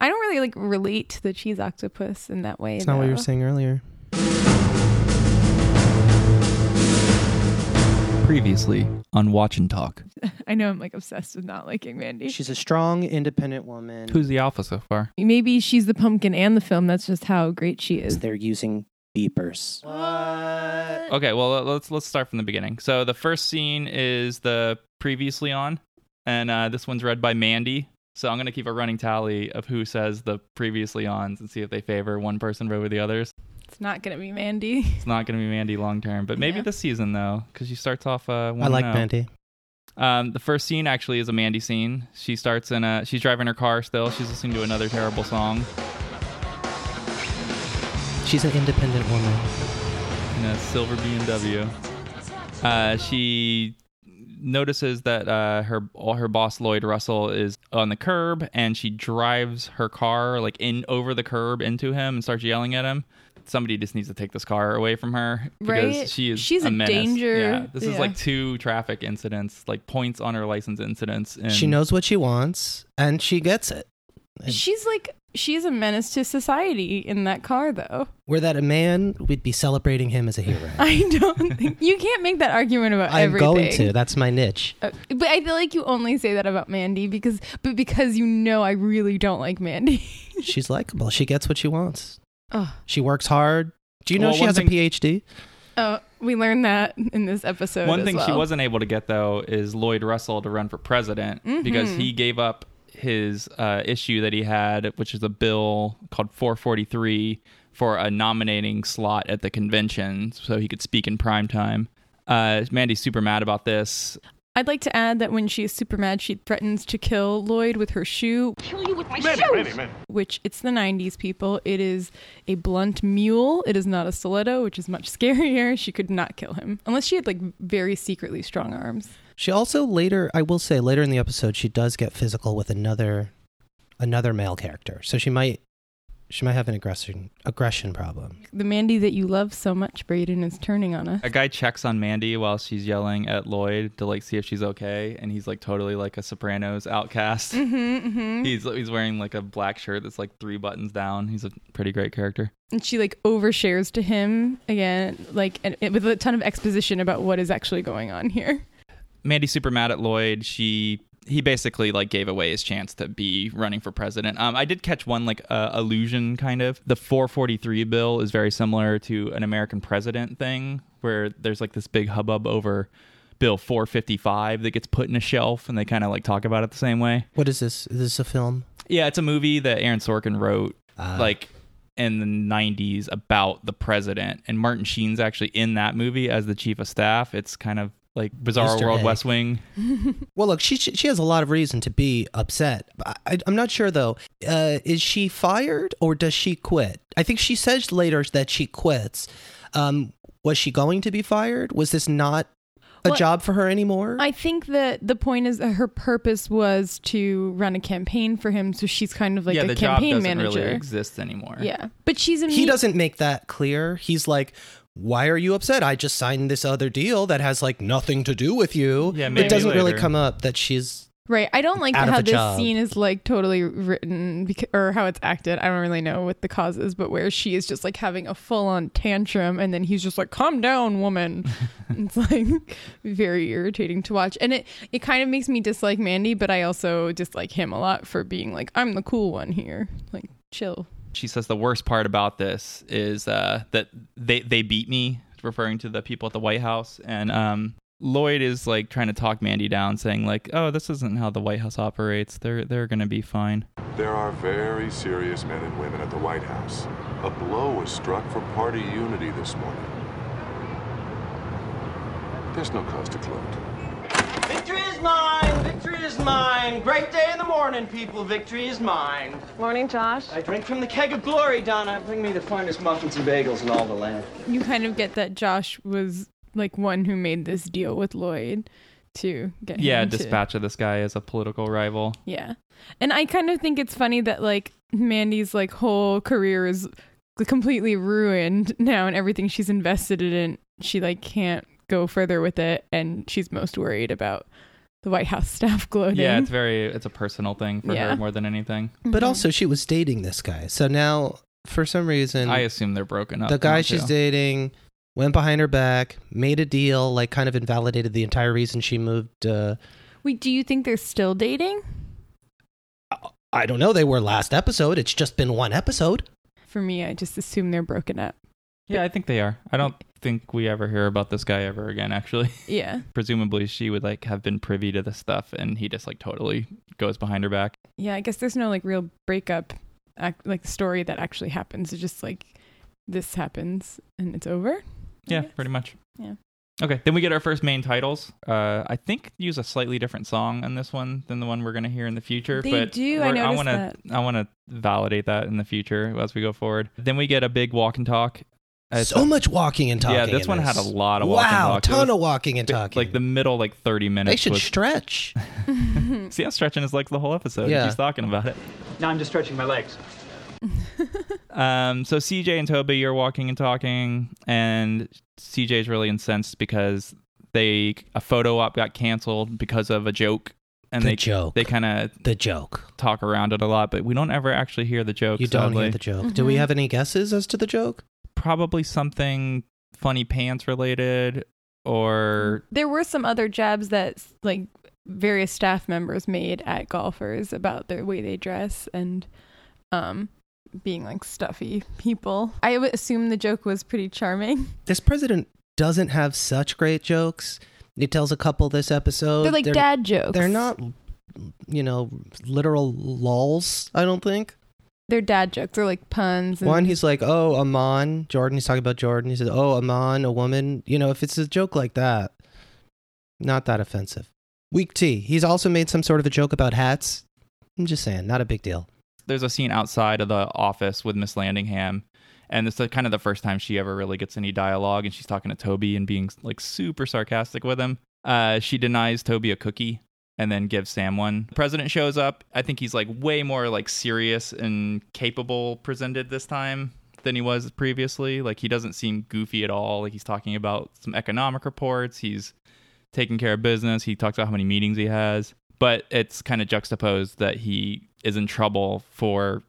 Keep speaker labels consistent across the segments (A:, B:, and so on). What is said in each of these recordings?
A: really like relate to the cheese octopus in that way.
B: It's not what you were
A: though.
B: saying earlier.
C: Previously on Watch and Talk.
A: I know I'm like obsessed with not liking Mandy.
B: She's a strong, independent woman.
C: Who's the alpha so far?
A: Maybe she's the pumpkin and the film. That's just how great she is.
D: They're using beepers.
A: What?
C: Okay, well uh, let's let's start from the beginning. So the first scene is the previously on, and uh, this one's read by Mandy. So I'm gonna keep a running tally of who says the previously ons and see if they favor one person over the others.
A: It's not gonna be Mandy.
C: It's not gonna be Mandy long term, but maybe
A: Yeah.
C: this season though, because she starts off. Uh,
B: I like
C: 1-0.
B: Mandy.
C: Um, the first scene actually is a Mandy scene. She starts in a she's driving her car still. She's listening to another terrible song.
B: She's an independent woman.
C: in a silver BMW. Uh, she notices that uh, her all her boss Lloyd Russell is on the curb, and she drives her car like in over the curb into him and starts yelling at him. Somebody just needs to take this car away from her because
A: Right?
C: she is
A: She's
C: a,
A: a
C: menace.
A: danger.
C: Yeah, this is
A: Yeah.
C: like two traffic incidents, like points on her license incidents. And
B: She knows what she wants and she gets it. And
A: She's like she's a menace to society in that car though.
B: Were that a man, we'd be celebrating him as a hero.
A: I don't think you can't make that argument about
B: I'm
A: everything.
B: going to. That's my niche.
A: Uh, But I feel like you only say that about Mandy because but because you know I really don't like Mandy.
B: She's likable. She gets what she wants.
A: Ugh.
B: She works hard. Do you know
C: Well,
B: she
C: one
B: has
C: thing-
B: a PhD?
A: Oh, we learned that in this episode.
C: One
A: as
C: thing she
A: well.
C: wasn't able to get though is Lloyd Russell to run for president because
A: Mm-hmm.
C: he gave up his uh, issue that he had, which is a bill called 443 for a nominating slot at the convention, so he could speak in prime time. Uh, Mandy's super mad about this.
A: I'd like to add that when she is super mad, she threatens to kill Lloyd with her shoe,
E: kill you with my
F: Many,
E: shoes.
F: many, many.
A: which it's the 90s people. It is a blunt mule. It is not a stiletto, which is much scarier. She could not kill him unless she had like very secretly strong arms.
B: She also later, I will say later in the episode, she does get physical with another another male character. So she might she might have an aggression aggression problem.
A: The Mandy that you love so much, Braden, is turning on us.
C: A guy checks on Mandy while she's yelling at Lloyd to like see if she's okay, and he's like totally like a Sopranos outcast.
A: Mm-hmm, mm-hmm.
C: He's he's wearing like a black shirt that's like three buttons down. He's a pretty great character.
A: And she like overshares to him again, like and, and with a ton of exposition about what is actually going on here.
C: Mandy's super mad at Lloyd. She he basically like gave away his chance to be running for president. Um, I did catch one like uh, allusion kind of. The 443 bill is very similar to an American president thing where there's like this big hubbub over bill 455 that gets put in a shelf and they kind of like talk about it the same way.
B: What is this? Is this a film?
C: Yeah, it's a movie that Aaron Sorkin wrote
B: Uh.
C: like in the 90s about the president and Martin Sheen's actually in that movie as the chief of staff. It's kind of like Bizarre
B: Easter
C: World
B: egg.
C: West Wing.
B: Well, look, she she has a lot of reason to be upset. I, I, I'm not sure though. Uh, is she fired or does she quit? I think she says later that she quits. Um, was she going to be fired? Was this not a
A: Well,
B: job for her anymore?
A: I think that the point is that her purpose was to run a campaign for him, so she's kind of like
C: yeah,
A: a
C: the
A: campaign
C: job doesn't
A: manager.
C: really exist anymore.
A: Yeah, but she's a
B: he
A: me-
B: doesn't make that clear. He's like, "Why are you upset? I just signed this other deal that has like nothing to do with you."
C: Yeah, maybe
B: it doesn't really
C: later.
B: come up that she's
A: right. I don't like
B: out of
A: how
B: a
A: this
B: job.
A: scene is like totally written because, or how it's acted. I don't really know what the cause is, but where she is just like having a full on tantrum, and then he's just like, "Calm down, woman." it's like very irritating to watch, and it it kind of makes me dislike Mandy, but I also dislike him a lot for being like, "I'm the cool one here." Like, chill.
C: She says the worst part about this is uh, that they they beat me, referring to the people at the White House. And um, Lloyd is like trying to talk Mandy down, saying like, "Oh, this isn't how the White House operates. They're they're gonna be fine."
G: There are very serious men and women at the White House. A blow was struck for party unity this morning. There's no cause to gloat.
H: Victory is mine! Victory is mine! Great day in the morning, people! Victory is mine!
E: Morning, Josh.
H: I drink from the keg of glory, Donna. Bring me the finest muffins and bagels in all the land.
A: you kind of get that Josh was like one who made this deal with Lloyd to get
C: Yeah,
A: him to-
C: dispatch of this guy as a political rival.
A: yeah, and I kind of think it's funny that like Mandy's like whole career is completely ruined now, and everything she's invested in, she like can't go further with it, and she's most worried about the White House staff gloating.
C: Yeah, it's very it's a personal thing for
A: Oh, Yeah.
C: her more than anything.
A: Mm-hmm. Mhm.
B: But also, she was dating this guy. So now, for some reason,
C: I assume they're broken up.
B: the guy
C: now,
B: she's
C: too.
B: dating went behind her back, made a deal, like kind of invalidated the entire reason she moved. Uh,
A: Wait, do you think they're still dating?
B: I don't know. They were last episode. It's just been one episode.
A: For me, I just assume they're broken up.
C: Yeah, I think they are. I don't think we ever hear about this guy ever again. Actually,
A: Yeah.
C: presumably she would like have been privy to this stuff, and he just like totally goes behind her back.
A: Yeah, I guess there's no like real breakup act like story that actually happens. It's just like this happens and it's over.
C: Yeah,
A: Yeah.
C: pretty much.
A: Yeah.
C: Okay, then we get our first main titles. Uh, I think use a slightly different song in this one than the one we're gonna hear in the future.
A: They
C: but
A: do, I
C: we're- I
A: noticed
C: wanna I wanna validate that in the future as we go forward. Then we get a big walk and talk. It's
B: so
C: a-
B: much walking and talking.
C: Yeah, this
B: in
C: one had a lot of walk and
B: wow,
C: talk. It
B: ton
C: was
B: of walking and talking.
C: Like the middle like thirty minutes.
B: they should
C: was-
B: stretch.
C: See, I'm stretching his legs the whole episode.
B: Yeah.
C: He's talking about it.
E: Now I'm just stretching my legs.
C: Um, so CJ and Toby are walking and talking, and CJ's really incensed because they a photo op got canceled because of a joke, and
B: The
C: they
B: joke.
C: they kind of
B: the joke.
C: talk around it a lot, but we don't ever actually hear the joke.
B: You don't
C: sadly.
B: hear the joke. Do
A: Mm-hmm.
B: we have any guesses as to the joke?
C: probably something funny pants related, or
A: There were some other jabs that like various staff members made at golfers about their way they dress and um being like stuffy people. I would assume the joke was pretty charming.
B: This president doesn't have such great jokes. He tells a couple this episode.
A: They're like dad jokes.
B: They're not, you know, literal lulls. I don't think.
A: They're dad jokes. They're like puns. And
B: One, he's like, "Oh, Amon, Jordan." He's talking about Jordan. He says, "Oh, Amon, a woman." You know, if it's a joke like that, not that offensive. Week T. He's also made some sort of a joke about hats. I'm just saying, not a big deal.
C: there's a scene outside of the office with Miss Landingham, and it's like kind of the first time she ever really gets any dialogue, and she's talking to Toby and being like super sarcastic with him. Uh, she denies Toby a cookie and then gives Sam one. The president shows up. I think he's like way more like serious and capable presented this time than he was previously. Like he doesn't seem goofy at all. Like he's talking about some economic reports. He's taking care of business. He talks about how many meetings he has, but it's kind of juxtaposed that he is in trouble for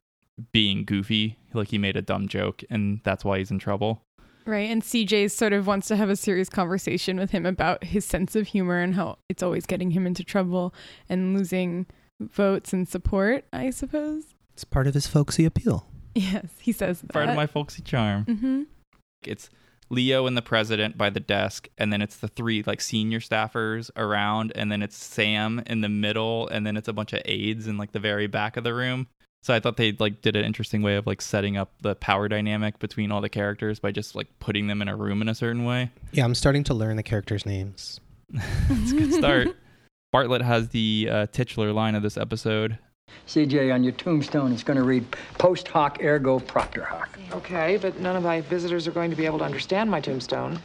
C: being goofy. Like he made a dumb joke and that's why he's in trouble.
A: Right, and CJ sort of wants to have a serious conversation with him about his sense of humor and how it's always getting him into trouble and losing votes and support, I suppose.
B: It's part of his folksy appeal.
A: Yes, he says that.
C: Part of my folksy charm.
A: hmm
C: It's Leo and the president by the desk, and then it's the three like senior staffers around, and then it's Sam in the middle, and then it's a bunch of aides in like the very back of the room. So I thought they like did an interesting way of like setting up the power dynamic between all the characters by just like putting them in a room in a certain way.
B: Yeah, I'm starting to learn the characters' names.
C: It's a good start. Bartlett has the uh, titular line of this episode.
E: CJ, on your tombstone, it's going to read post hoc ergo proctor hoc.
F: Okay, but none of my visitors are going to be able to understand my tombstone.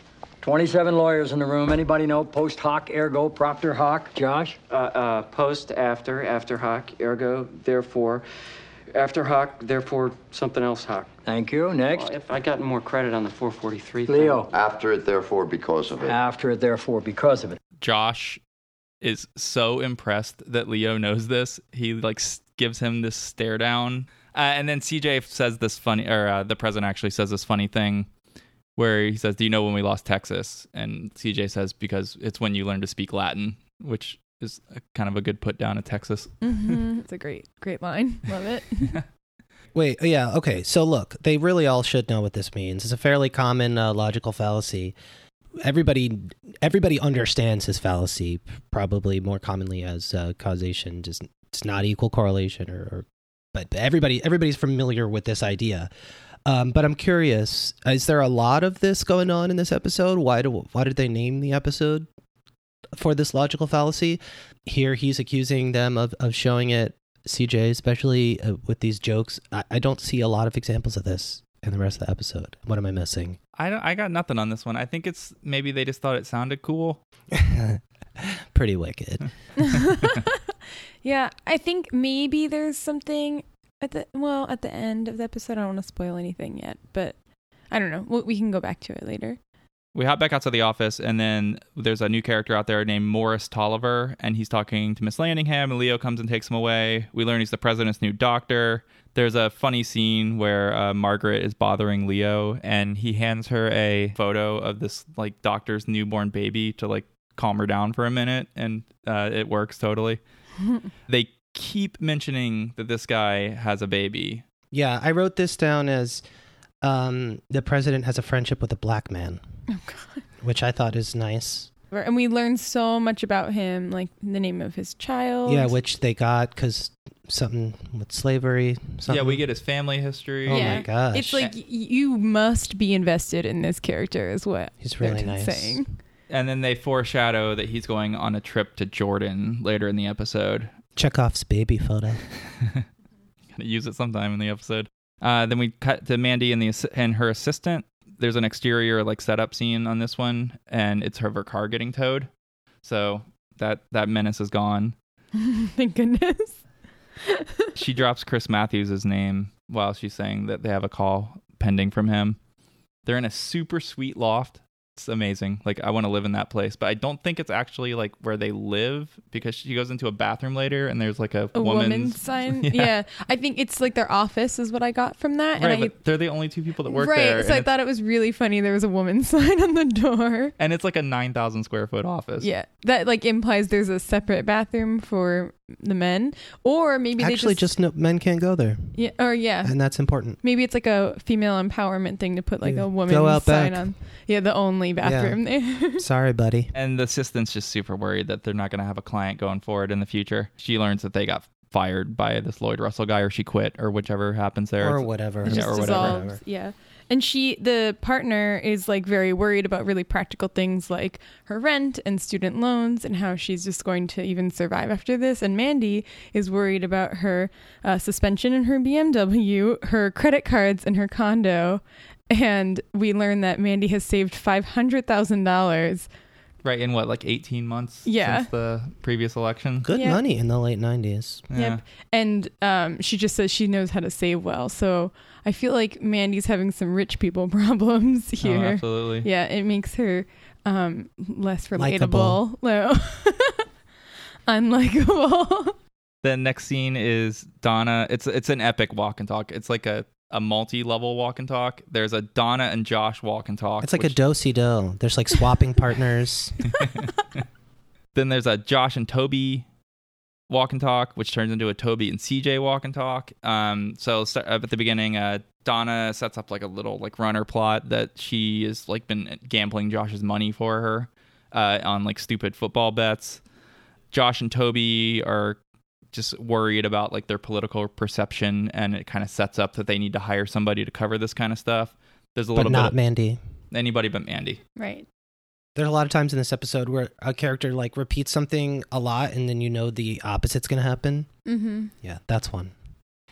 E: 27 lawyers in the room. Anybody know post hoc ergo proctor hoc? Josh?
F: Uh, uh, post, after, after hoc, ergo, therefore, after hoc, therefore, something else hoc.
E: Thank you. Next.
F: Well, if I got more credit on the 443 thing-
E: Leo.
I: After it, therefore, because of it.
E: After it, therefore, because of it.
C: Josh is so impressed that Leo knows this. He like s- gives him this stare down, uh, and then CJ says this funny, or uh, the president actually says this funny thing where he says, "Do you know when we lost Texas?" And CJ says, "Because it's when you learn to speak Latin," which is a, kind of a good put down of Texas.
A: hmm it's a great, great line. Love it.
B: Wait, oh, yeah, okay. So look, they really all should know what this means. It's a fairly common uh, logical fallacy. Everybody, everybody understands this fallacy, probably more commonly as uh, causation. Just it's not equal correlation, or, or but everybody, everybody's familiar with this idea. Um, but I'm curious: is there a lot of this going on in this episode? Why do why did they name the episode for this logical fallacy? Here, he's accusing them of of showing it CJ, especially uh, with these jokes, I, I don't see a lot of examples of this in the rest of the episode. What am I missing?
C: I don't, I got nothing on this one. I think it's maybe they just thought it sounded cool.
B: Pretty wicked.
A: yeah, I think maybe there's something at the well at the end of the episode. I don't want to spoil anything yet, but I don't know. We- We can go back to it later.
C: we hop back outside the office, and then there's a new character out there named Morris Tolliver, and he's talking to Miss Landingham, and Leo comes and takes him away. We learn he's the president's new doctor. There's a funny scene where uh, Margaret is bothering Leo, and he hands her a photo of this like doctor's newborn baby to like calm her down for a minute, and uh, it works totally. they keep mentioning that this guy has a baby.
B: Yeah, I wrote this down as um, the president has a friendship with a black man,
A: Oh god.
B: which I thought is nice.
A: And we learned so much about him, like the name of his child.
B: Yeah, which they got because something with slavery. Something.
C: Yeah, we get his family history.
B: Oh
A: Yeah.
B: my gosh,
A: It's like y- you must be invested in this character, is what
B: he's really
A: they're
B: nice.
A: saying.
C: And then they foreshadow that he's going on a trip to Jordan later in the episode.
B: Chekhov's baby photo.
C: Gonna use it sometime in the episode. Uh, then we cut to Mandy and the assi- and her assistant. There's an exterior like setup scene on this one, and it's her, her car getting towed. So that that menace is gone.
A: Thank goodness.
C: She drops Chris Matthews' name while she's saying that they have a call pending from him. They're in a super sweet loft. It's amazing. Like I want to live in that place, but I don't think it's actually like where they live because she goes into a bathroom later and there's like a,
A: A
C: woman's,
A: woman sign. Yeah. I think it's like their office is what I got from that.
C: Right,
A: and I
C: but they're the only two people that work
A: right.
C: there.
A: So
C: and,
A: I
C: it's,
A: thought it was really funny. There was a woman sign on the door.
C: and it's like a 9,000 square foot office.
A: Yeah, that like implies there's a separate bathroom for the men, or maybe
B: Actually,
A: they just, Uh-huh.
B: just, no, men can't go there,
A: yeah, or yeah,
B: and that's important.
A: maybe it's like a female empowerment thing to put like a
B: Yeah. Go
A: woman
B: out
A: sign
B: back.
A: on. Yeah, the only bathroom there.
B: Sorry, buddy.
C: And the assistant's just super worried that they're not going to have a client going forward in the future. She learns that they got fired by this Lloyd Russell guy or she quit or whichever happens there.
B: Or
C: It's-
B: whatever.
A: It
C: Yeah,
A: just
C: or whatever.
A: dissolves. Yeah. And she, the partner, is like very worried about really practical things like her rent and student loans and how she's just going to even survive after this. And Mandy is worried about her uh, suspension in her BMW, her credit cards, and her condo. And we learn that Mandy has saved five hundred thousand dollars.
C: Right, in what, like 18 months
A: Yeah.
C: since the previous election?
B: Good
A: Yeah.
B: money in the late nineties.
C: Yeah.
A: And um, she just says she knows how to save well. So I feel like Mandy's having some rich people problems
C: Oh,
A: here.
C: absolutely.
A: Yeah, it makes her um, less relatable.
B: Likeable.
A: No. Unlikable.
C: The next scene is Donna. It's it's an epic walk and talk. It's like a, a multi level walk and talk. There's a Donna and Josh walk and talk.
B: It's like
C: which-
B: a do si do. There's like swapping partners.
C: Then there's a Josh and Toby walk and talk, which turns into a Toby and CJ walk and talk. Um, so st- up at the beginning, uh, Donna sets up like a little like runner plot that she has like been gambling Josh's money for her uh, on like stupid football bets. Josh and Toby are just worried about like their political perception, and it kind of sets up that they need to hire somebody to cover this kind of stuff. There's a
B: but
C: little
B: not
C: bit
B: Mandy.
C: of anybody but Mandy.
A: right.
B: There's a lot of times in this episode where a character like repeats something a lot and then you know the opposite's gonna happen.
A: Mm-hmm.
B: Yeah, that's one.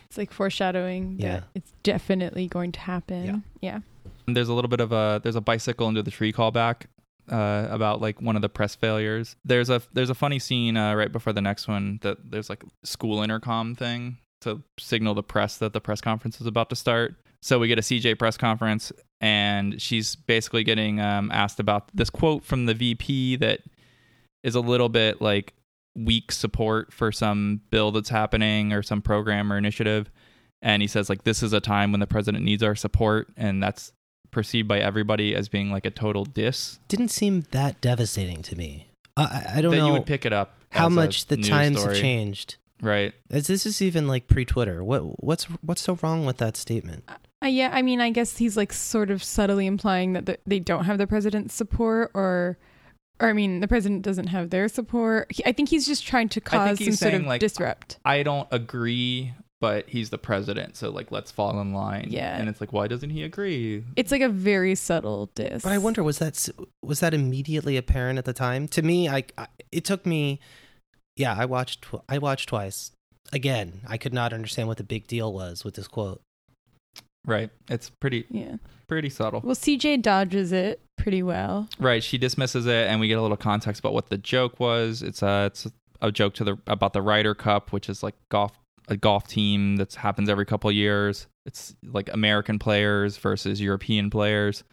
A: It's like foreshadowing
B: Yeah.
A: that it's definitely going to happen. Yeah.
C: And there's a little bit of a there's a bicycle into the tree callback uh, about like one of the press failures. There's a there's a funny scene uh, right before the next one that there's like school intercom thing to signal the press that the press conference is about to start. So we get a CJ press conference, and she's basically getting um, asked about this quote from the VP that is a little bit like weak support for some bill that's happening or some program or initiative. And he says like this is a time when the president needs our support, and that's perceived by everybody as being like a total diss.
B: Didn't seem that devastating to me. I- I, I don't
C: That
B: know
C: you would pick it up.
B: how
C: as a
B: much the
C: news
B: times
C: story.
B: have changed.
C: right?
B: As this is even like pre Twitter. What what's what's so wrong with that statement?
A: Uh, yeah. I mean, I guess he's like sort of subtly implying that the, they don't have the president's support or. Or I mean, the president doesn't have their support. He, I think he's just trying to
C: I
A: cause
C: think
A: some
C: he's
A: sort
C: saying
A: of
C: like
A: disrupt.
C: I don't agree, but he's the president, so like let's fall in line.
A: Yeah.
C: and it's like why doesn't he agree?
A: It's like a very subtle diss.
B: But I wonder was that s- was that immediately apparent at the time? To me, I, I it took me yeah, I watched tw- I watched twice. Again, I could not understand what the big deal was with this quote.
C: Right. It's pretty
A: Yeah.
C: pretty subtle.
A: Well, CJ dodges it pretty well.
C: Right, she dismisses it, and we get a little context about what the joke was. It's a it's a joke to the about the Ryder Cup, which is like golf a golf team that happens every couple years. It's like American players versus European players,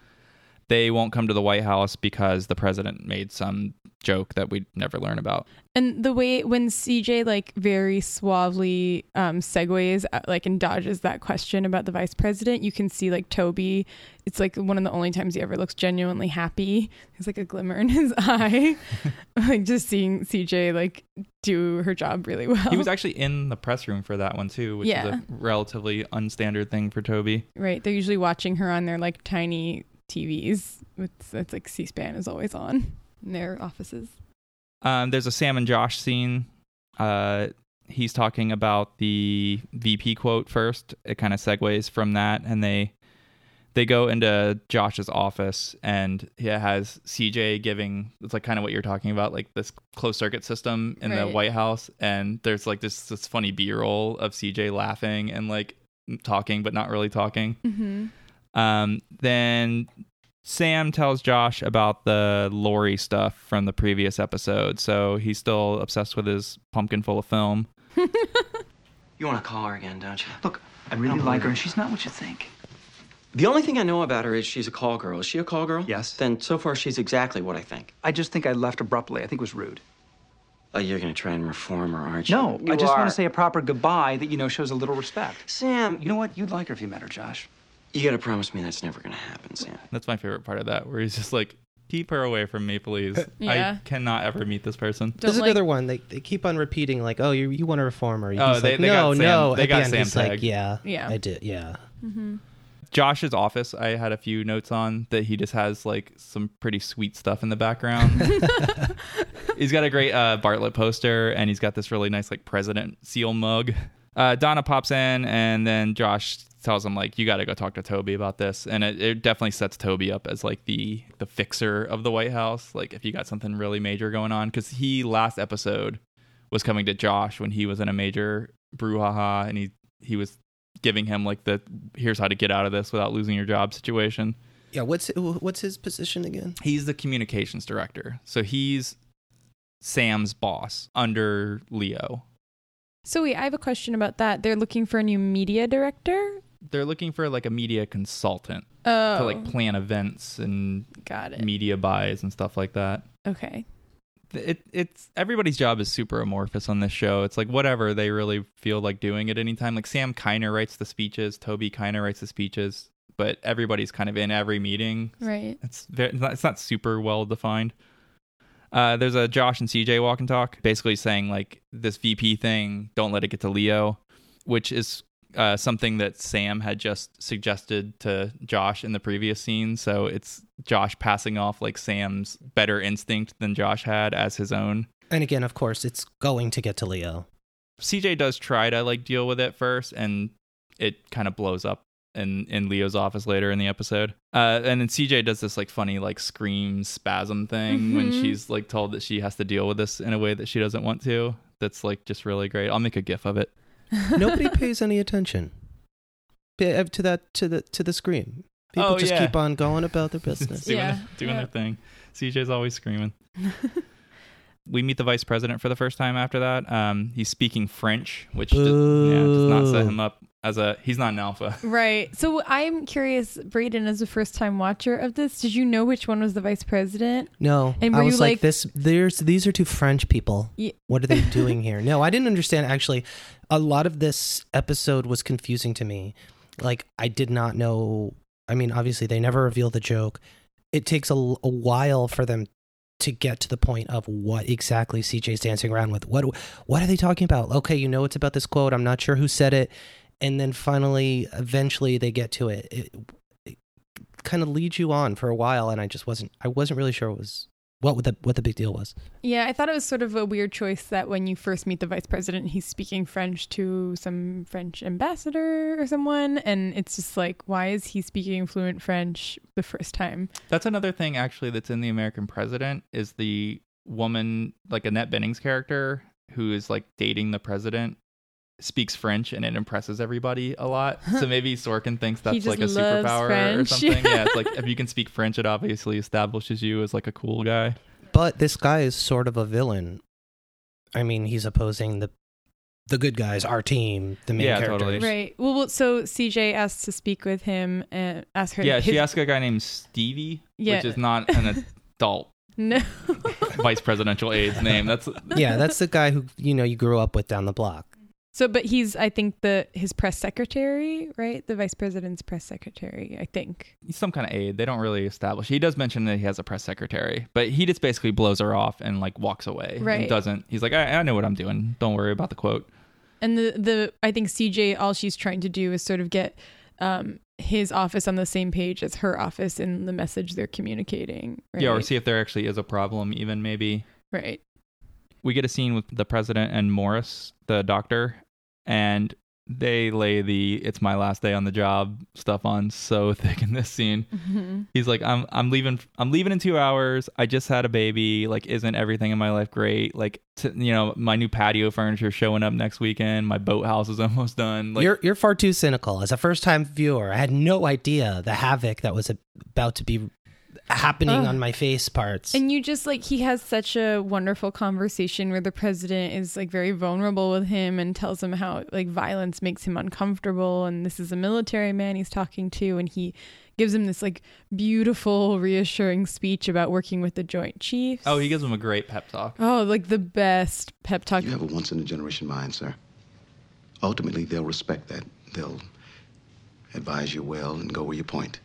C: they won't come to the White House because the president made some joke that we'd never learn about.
A: And the way when CJ like very suavely um, segues uh, like and dodges that question about the vice president, you can see like Toby. It's like one of the only times he ever looks genuinely happy. There's like a glimmer in his eye, like just seeing CJ like do her job really well.
C: He was actually in the press room for that one too, which is
A: Oh. Yeah.
C: a relatively unstandard thing for Toby.
A: right. They're usually watching her on their like tiny TVs. It's, it's like C-SPAN is always on in their offices.
C: Um, there's a Sam and Josh scene. Uh, he's talking about the VP quote first. It kind of segues from that, and they they go into Josh's office, and he has CJ giving. It's like kind of what you're talking about, like this closed circuit system in the
A: Right.
C: White House, and there's like this this funny B-roll of CJ laughing and like talking, but not really talking.
A: Mm-hmm.
C: Um, then Sam tells Josh about the Lori stuff from the previous episode. So he's still obsessed with his pumpkin full of film.
H: You want to call her again, don't you?
F: Look, I really like her, and she's not what you think.
H: The only thing I know about her is she's a call girl. Is she a call girl?
F: Yes.
H: Then so far she's exactly what I think.
F: I just think I left abruptly. I think it was rude.
H: Oh, you're gonna try and reform her, aren't you?
F: No, I
H: You
F: just want
H: are.
F: to say a proper goodbye that you know shows a little respect.
H: Sam,
F: You know what? You'd like her if you met her, Josh.
H: you gotta promise me that's never gonna happen, Sam.
C: That's my favorite part of that, where he's just like, keep her away from me, please.
A: Yeah.
C: I cannot ever meet this person.
A: Don't
B: There's
A: like-
B: another one. They, they keep on repeating like, "Oh, you you want to reform her?" He's
C: Oh, they-
B: like,
C: they
B: no,
C: got Sam-
B: no.
C: they
B: At the
C: got
B: end,
C: Sam
B: he's like,
C: tagged.
B: "Yeah,
A: Yeah.
B: I did, yeah."
C: Josh's office, I had a few notes on that he just has like some pretty sweet stuff in the background. he's got a great uh, Bartlett poster and he's got this really nice like president seal mug. Uh, Donna pops in and then Josh tells him like you got to go talk to Toby about this and it, it definitely sets Toby up as like the the fixer of the White House like if you got something really major going on because he last episode was coming to Josh when he was in a major brouhaha and he he was giving him like the here's how to get out of this without losing your job situation.
B: Yeah, what's what's his position again?
C: He's the communications director. So he's Sam's boss under Leo.
A: So wait, I have a question about that. They're looking for a new media director.
C: They're looking for like a media consultant
A: Oh,
C: to like plan events and
A: got it.
C: media buys and stuff like that.
A: Okay.
C: It it's everybody's job is super amorphous on this show. It's like whatever they really feel like doing at any time. Like Sam Kiner writes the speeches, Toby Kiner writes the speeches, but everybody's kind of in every meeting.
A: Right.
C: It's very, it's not, it's not super well defined. Uh, there's a Josh and CJ walk and talk, basically saying like this VP thing, don't let it get to Leo, which is uh, something that Sam had just suggested to Josh in the previous scene. So it's Josh passing off like Sam's better instinct than Josh had as his own.
B: And again, of course, it's going to get to Leo.
C: CJ does try to like deal with it first, and it kind of blows up in in Leo's office later in the episode. Uh, and then CJ does this like funny like scream spasm thing when
A: Mhm.
C: she's like told that she has to deal with this in a way that she doesn't want to. That's like just really great. I'll make a gif of it.
B: Nobody pays any attention Yeah, to that to the to the scream. People
C: Oh,
B: just
C: yeah.
B: keep on going about their business.
C: doing
A: Yeah,
C: their, doing
A: yeah.
C: their thing. CJ's always screaming. we meet the vice president for the first time after that. Um, he's speaking French, which does, yeah, does not set
B: Boo.
C: him up as a. He's not an alpha.
A: Right. So I'm curious, Braden, as a first time watcher of this, did you know which one was the vice president?
B: No,
A: And
B: I
A: were you
B: was like,
A: like-
B: this. There's these are two French people.
A: Ye-
B: What are they doing here? No, I didn't understand. Actually, a lot of this episode was confusing to me. Like, I did not know. I mean, obviously, they never reveal the joke. It takes a, l- a while for them to get to the point of what exactly CJ's dancing around with. What what are they talking about? Okay, you know it's about this quote. I'm not sure who said it, and then finally, eventually, they get to it. It, it kind of leads you on for a while, and I just wasn't. I wasn't really sure what was what the what the big deal was.
A: Yeah, I thought it was sort of a weird choice that when you first meet the vice president, he's speaking French to some French ambassador or someone. And it's just like, why is he speaking fluent French the first time?
C: That's another thing, actually, that's in the American President is the woman, like Annette Benning's character, who is like dating the president, speaks French and it impresses everybody a lot. So maybe Sorkin thinks that's
A: just
C: like a
A: loves
C: superpower or
A: French.
C: something. yeah, it's like if you can speak French, it obviously establishes you as like a cool guy.
B: But this guy is sort of a villain. I mean, he's opposing the the good guys, our team, the main
C: Yeah,
B: characters.
C: totally.
A: Right. Well, well, so CJ asked to speak with him and ask her.
C: Yeah,
A: his,
C: she asked a guy named Stevie,
A: Yeah.
C: which is not an adult
A: No.
C: vice presidential aide's name. That's
B: Yeah, that's the guy who you know you grew up with down the block.
A: So, but he's, I think, the his press secretary, right? The vice president's press secretary, I think.
C: he's some kind of aide. They don't really establish. He does mention that he has a press secretary, but he just basically blows her off and like walks away. and
A: Right.
C: doesn't. He's like, I, I know what I'm doing. Don't worry about the quote.
A: And the the I think CJ, all she's trying to do is sort of get um his office on the same page as her office in the message they're communicating. Right?
C: Yeah, or see if there actually is a problem. Even maybe
A: right.
C: we get a scene with the president and Morris, the doctor, and they lay the "It's my last day on the job" stuff on so thick in this scene. He's like, "I'm I'm leaving. I'm leaving in two hours. I just had a baby. Like, isn't everything in my life great? Like, t- you know, my new patio furniture showing up next weekend. My boathouse is almost done. Like,
B: you're you're far too cynical. As a first time viewer, I had no idea the havoc that was about to be happening
A: Ugh.
B: on my face parts.
A: And you just like he has such a wonderful conversation where the president is like very vulnerable with him and tells him how like violence makes him uncomfortable and this is a military man he's talking to and he gives him this like beautiful reassuring speech about working with the joint chiefs.
C: oh, he gives him a great pep talk.
A: Oh, like the best pep talk.
J: You have a once in a generation mind, sir. Ultimately, they'll respect that. They'll advise you well and go where you point.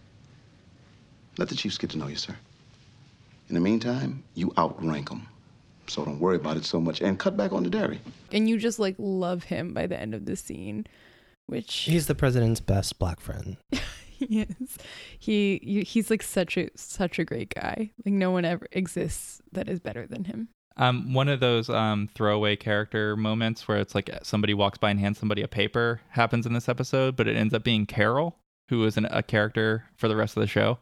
J: Let the chiefs get to know you, sir. In the meantime, you outrank them. So don't worry about it so much and cut back on the dairy.
A: And you just like love him by the end of the scene, which
B: He's the president's best black friend.
A: he is. He you, he's like such a such a great guy. Like no one ever exists that is better than him.
C: Um, one of those um throwaway character moments where it's like somebody walks by and hands somebody a paper happens in this episode, but it ends up being Carol, who is an, a character for the rest of the show.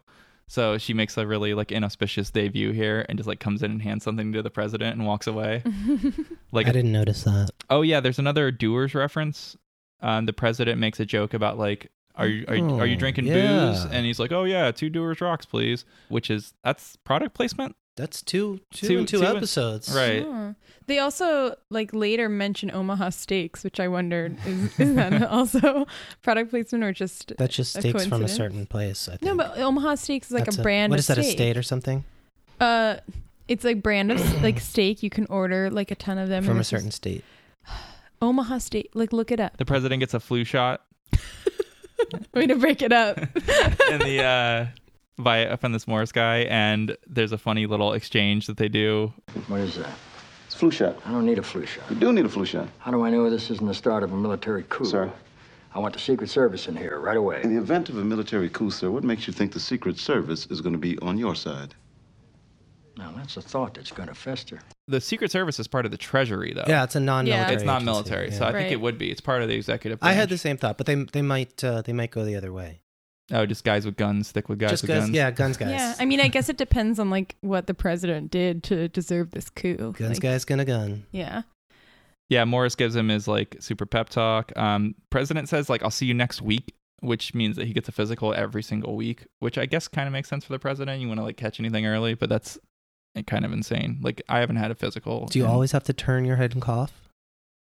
C: So she makes a really like inauspicious debut here and just like comes in and hands something to the president and walks away.
A: Mm-hmm.
B: Like I
C: like
B: didn't notice that.
C: oh yeah, there's another Doers reference. Um, the president makes a joke about like. Are you, are, you, are you
B: Oh,
C: drinking
B: yeah.
C: booze? And he's like, "Oh yeah, two Doers rocks, please." Which is that's product placement,
B: That's two two
C: Two-
B: and two,
C: two and-
B: episodes.
C: right?
A: Yeah. They also like later mention Omaha Steaks, which I wondered is, is that also product placement or just
B: That's just
A: A
B: stakes from a
A: coincidence?
B: certain place. I think.
A: no? But Omaha Steaks is like
B: That's
A: a brand.
B: What
A: of
B: is that?
A: steak.
B: A state or something
A: Uh, it's like brand of like steak. You can order like a ton of them
B: from
A: and
B: a
A: it's just-
B: certain state.
A: Omaha Steak. Like look it up.
C: The president gets a flu shot,
A: Way to break it up.
C: in the uh by from this Morris guy, and there's a funny little exchange that they do.
E: What is that?
I: It's flu shot.
E: I don't need a flu shot.
I: You do need a flu shot.
E: How do I know this isn't the start of a military coup?
I: Sir.
E: I want the Secret Service in here right away.
I: In the event of a military coup, sir, what makes you think the Secret Service is going to be on your side?
E: Now, that's a thought that's going to fester.
C: The Secret Service is part of the Treasury, though.
B: Yeah, it's a non-military.
A: Yeah.
C: it's not
B: agency,
C: military,
B: yeah.
C: so I think
A: Right.
C: it would be. It's part of the executive.
B: I
C: Branch.
B: had the same thought, but they they might uh, they might go the other way.
C: Oh, just guys with guns stick with guys
B: Just
C: with
B: guys,
C: guns.
B: yeah, guns guys.
A: yeah, I mean, I guess it depends on like what the president did to deserve this coup.
B: guns
A: Like,
B: guys gonna gun.
A: Yeah.
C: Yeah, Morris gives him his like super pep talk. Um, president says like, "I'll see you next week," which means that he gets a physical every single week, which I guess kind of makes sense for the president. You want to like catch anything early, but that's kind of insane. Like, I haven't had a physical.
B: Do you
C: in-
B: always have to turn your head and cough?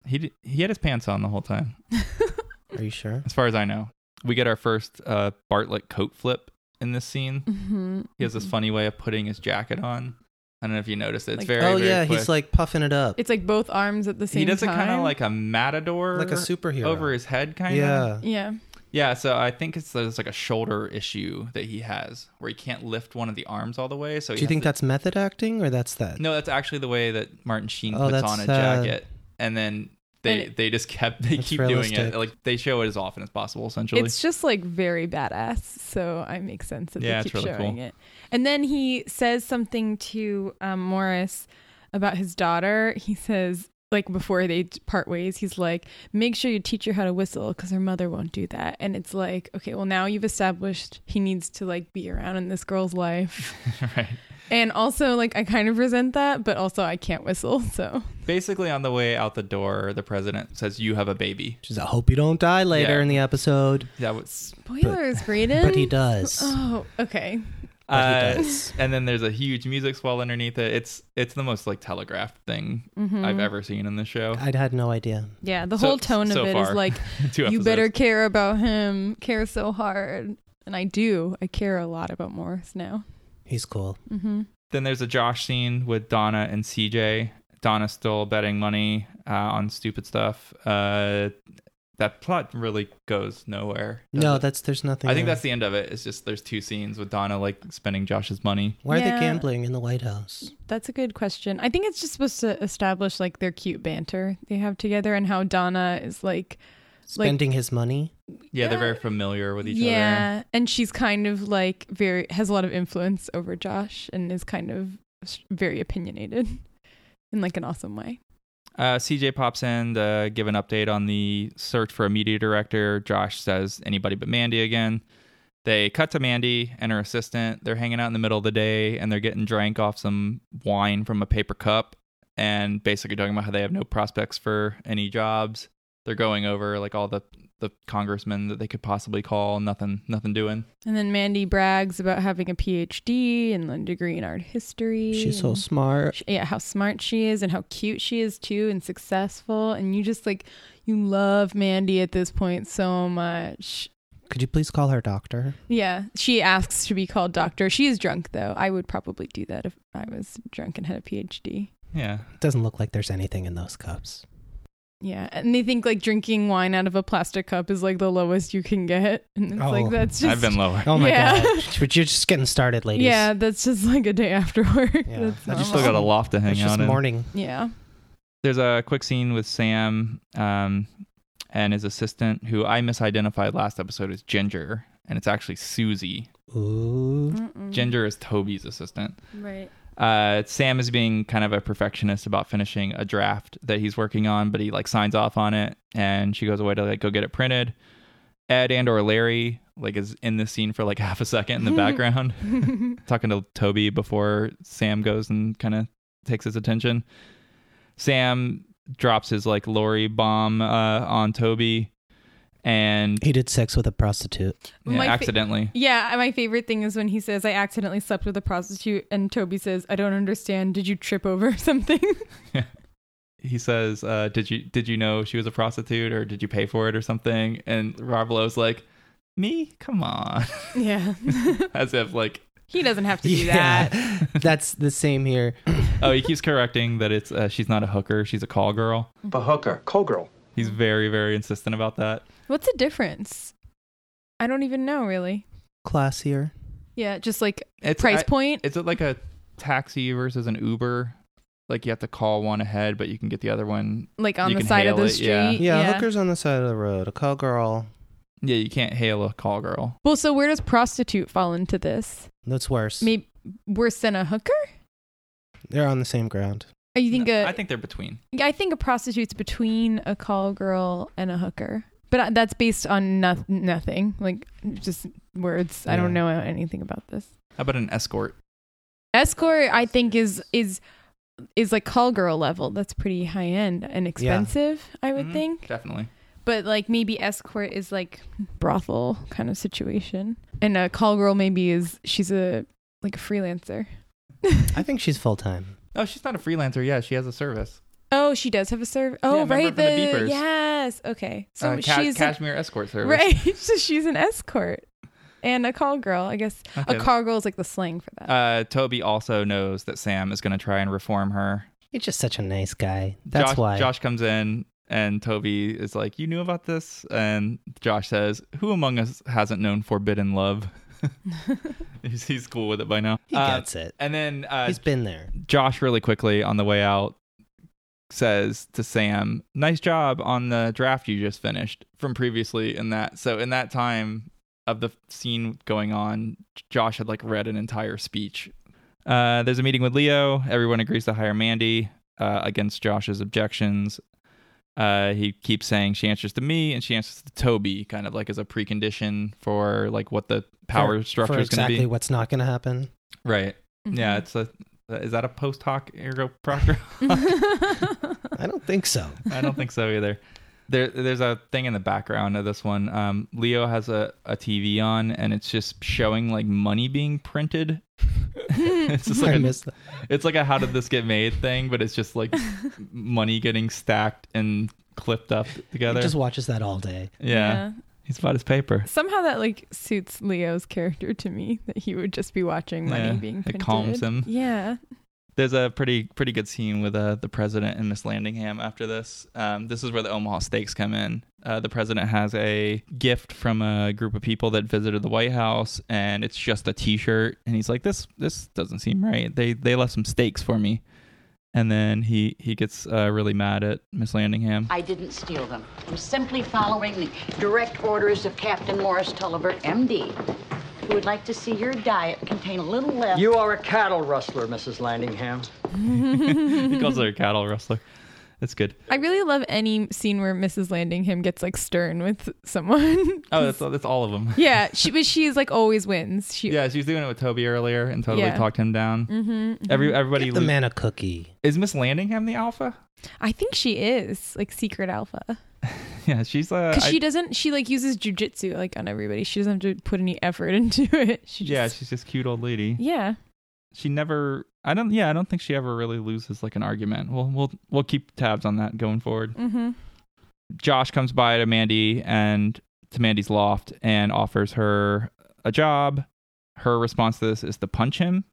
C: He d- he had his pants on the whole time.
B: Are you sure?
C: as far as I know. We get our first uh, Bartlett coat flip in this scene.
A: Mhm.
C: He has this funny way of putting his jacket on. I don't know if you noticed it. It's
A: Like-
C: very
B: oh
C: very
B: yeah,
C: quick.
B: he's like puffing it up,
A: It's like both arms at the same
C: he does
A: time.
C: it kind of like a matador,
B: like a superhero
C: over Oh, his head, kind of.
B: Yeah,
A: yeah.
C: yeah. So I think it's there's like a shoulder issue that he has where he can't lift one of the arms all the way. So
B: Do
C: he
B: you
C: has
B: think
C: to-
B: that's method acting or that's that?
C: no? That's actually the way that Martin Sheen
B: Oh,
C: puts
B: that's,
C: on a
B: uh,
C: jacket, and then they
A: And-
C: they just kept they
B: That's
C: keep doing
B: realistic.
C: it. Like they show it as often as possible. Essentially,
A: It's just like very badass. So I make sense that
C: Yeah,
A: they
C: it's
A: keep
C: really
A: showing
C: cool.
A: it. And then he says something to um, Morris about his daughter. He says, like before they t- part ways, he's like, make sure you teach her how to whistle because her mother won't do that. And it's like, okay, well now you've established he needs to like be around in this girl's life.
C: right.
A: and also like I kind of resent that, but also I can't whistle. So
C: Basically, on the way out the door, the president says, "You have a baby."
B: She's like, I hope you don't die later
C: Yeah.
B: in the episode.
C: That was
A: spoilers, Braden.
B: But he does.
A: Oh, okay.
C: Uh, and then there's a huge music swell underneath it. It's it's the most like telegraphed thing
A: Mhm.
C: I've ever seen in this show.
B: I'd had no idea.
A: Yeah, the
C: So-
A: whole tone
C: so
A: of it is
C: far,
A: like
C: two
A: you better
C: episodes.
A: care about him, care so hard. And I do. I care a lot about Morris now.
B: He's cool.
A: Mm-hmm.
C: Then there's a Josh scene with Donna and CJ. Donna's still betting money uh, on stupid stuff. Uh, that plot really goes nowhere. does
B: No,
C: it?
B: that's there's nothing.
C: I think
B: there.
C: that's the end of it. It's just there's two scenes with Donna like spending Josh's money.
B: why are
A: Yeah.
B: they gambling in the White House?
A: That's a good question. I think it's just supposed to establish like their cute banter they have together and how Donna is like Like-
B: Spending his money.
C: Yeah, they're very familiar with each other.
A: yeah, and she's kind of like very has a lot of influence over Josh and is kind of s- very opinionated in like an awesome way.
C: Uh, CJ pops in to give an update on the search for a media director. Josh says anybody but Mandy again. They cut to Mandy and her assistant. They're hanging out in the middle of the day and they're getting drank off some wine from a paper cup and basically talking about how they have no prospects for any jobs. They're going over like all the the congressmen that they could possibly call. Nothing, nothing doing.
A: And then Mandy brags about having a PhD and a degree in art history.
B: She's so
A: and-
B: smart.
A: sh- yeah, how smart she is and how cute she is too and successful and you just like you love Mandy at this point so much.
B: Could you please call her doctor?
A: Yeah, she asks to be called doctor. She is drunk though. I would probably do that if I was drunk and had a PhD.
C: Yeah.
B: Doesn't look like there's anything in those cups.
A: Yeah, and they think like drinking wine out of a plastic cup is like the lowest you can get, and it's like
B: Oh,
A: that's just
C: I've been lower.
B: Oh my
A: Yeah.
B: god. But you're just getting started, ladies.
A: yeah, that's just like a day after work. That's
B: Yeah. I
C: You
B: just
A: normal.
C: still got a loft to hang
B: It's
C: out
B: just
C: in.
B: morning.
A: yeah.
C: there's a quick scene with Sam um, and his assistant, who I misidentified last episode as Ginger, and it's actually Susie.
B: Mm-hmm. Ooh.
C: Ginger is Toby's assistant.
A: Right.
C: Uh, Sam is being kind of a perfectionist about finishing a draft that he's working on, but he like signs off on it, and she goes away to like go get it printed. Ed and or Larry like is in this scene for like half a second in the background, talking to Toby before Sam goes and kind of takes his attention. Sam drops his like Lori bomb uh, on Toby, and
B: He did sex with a prostitute.
C: yeah,
A: My fa-
C: accidentally.
A: Yeah, my favorite thing is when he says, "I accidentally slept with a prostitute," and Toby says, "I don't understand. Did you trip over something?"
C: he says, uh, "Did you did you know she was a prostitute, or did you pay for it, or something?" And Rob Lowe's like, "Me? Come on!"
A: yeah,
C: As if like,
A: he doesn't have to do that.
B: That's the same here.
C: oh, he keeps correcting that it's uh, she's not a hooker, she's a call girl.
D: A hooker, call girl.
C: He's very very insistent about that.
A: What's the difference? I don't even know really.
B: Classier.
A: Yeah, just like
C: It's
A: price
C: I-
A: point.
C: Is it like a taxi versus an Uber? Like you have to call one ahead, but you can get the other one.
A: like on
C: you
A: the
C: can
A: side of
C: hail
A: the
C: it,
A: street.
C: yeah.
B: Yeah, hookers on the side of the road. A call girl.
C: Yeah, you can't hail a call girl.
A: Well, so where does prostitute fall into this?
B: That's worse.
A: Maybe worse than a hooker?
B: They're on the same ground.
A: Or you think a
C: No, I think they're between.
A: I think a prostitute's between a call girl and a hooker. But I- that's based on no- nothing, like just words. I don't
B: Yeah.
A: know anything about this.
C: How about an escort?
A: Escort, I think is is is like call girl level. That's pretty high end and expensive, I would
C: Mhm,
A: think.
C: definitely.
A: But like maybe escort is like brothel kind of situation, and a call girl maybe is she's a like a freelancer.
B: I think she's full time.
C: Oh, she's not a freelancer. Yeah, she has a service.
A: Oh, she does have a serve.
C: Yeah,
A: Oh,
C: remember
A: right.
C: from the beepers.
A: yes. Okay. So
C: uh, ca-
A: she's a-
C: cashmere escort service.
A: right. so she's an escort and a call girl. I guess
C: Okay.
A: a call girl is like the slang for that.
C: Uh, Toby also knows that Sam is going to try and reform her.
B: You're just such a nice guy. That's
C: Josh,
B: why.
C: Josh comes in and Toby is like, "You knew about this?" And Josh says, "Who among us hasn't known forbidden love?" he's, he's cool with it by now.
B: he
C: Uh,
B: gets it.
C: And then uh,
B: He's been there.
C: Josh really quickly on the way out says to Sam, "Nice job on the draft you just finished from previously in that." So in that time of the scene going on, Josh had like read an entire speech. Uh, there's a meeting with Leo. Everyone agrees to hire Mandy uh, against Josh's objections. Uh, he keeps saying she answers to me and she answers to Toby, kind of like as a precondition for like what the power
B: For-
C: structure
B: for
C: is going to
B: exactly
C: be.
B: what's not going to happen.
C: Right.
B: Mm-hmm.
C: Yeah.
A: Mhm.
C: It's a. uh, Is that a
A: Mm-hmm.
C: post hoc ergo proctor?
B: I don't think so.
C: I don't think so either. There, there's a thing in the background of this one. Um, Leo has a, a TV on, and it's just showing like money being printed. it's just like
B: I
C: a-
B: missed that.
C: it's like a how did this get made thing, but it's just like money getting stacked and clipped up together.
B: He just watches that all day.
C: yeah.
A: Yeah.
C: he's about his paper.
A: Somehow that like suits Leo's character to me that he would just be watching money
C: Yeah,
A: being
C: it
A: printed.
C: calms him.
A: Yeah.
C: There's a pretty pretty good scene with uh, the president and Miss Landingham after this. Um, this is where the Omaha Steaks come in. Uh, the president has a gift from a group of people that visited the White House, and it's just a T-shirt. And he's like, "This this doesn't seem right. They they left some steaks for me." And then he he gets uh, really mad at Miss Landingham.
K: I didn't steal them. I'm simply following the direct orders of Captain Morris Tulliver, MD, who would like to see your diet contain a little less.
E: You are a cattle rustler, Mrs. Landingham.
C: he calls her a cattle rustler. That's good.
A: I really love any scene where Mrs. Landing him gets like stern with someone.
C: Oh, that's that's all of them.
A: yeah, she but she's like always wins. She
C: Yeah, she was doing it with Toby earlier and totally
A: Yeah.
C: talked him down.
A: Mhm, mhm.
C: Every everybody
B: Give the
C: lo-
B: man a cookie.
C: Is Miss Landingham the alpha?
A: I think she is like secret alpha.
C: Yeah, she's uh
A: Cuz
C: I-
A: she doesn't she like uses jujitsu like on everybody. She doesn't have to put any effort into it. She
C: Yeah,
A: just,
C: she's just cute old lady.
A: yeah.
C: She never I don't yeah, I don't think she ever really loses like an argument. We'll we'll we'll keep tabs on that going forward.
A: Mhm.
C: Josh comes by to Mandy and to Mandy's loft and offers her a job. Her response to this is to punch him,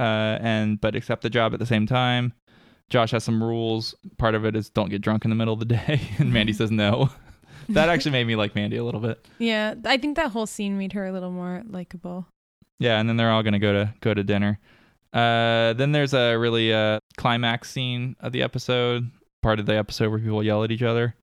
C: uh, and but accept the job at the same time. Josh has some rules. Part of it is don't get drunk in the middle of the day, and Mandy says no. that actually made me like Mandy a little bit.
A: Yeah, I think that whole scene made her a little more likable.
C: Yeah, and then they're all gonna go to go to dinner. Uh, then there's a really uh, climax scene of the episode, part of the episode where people yell at each other.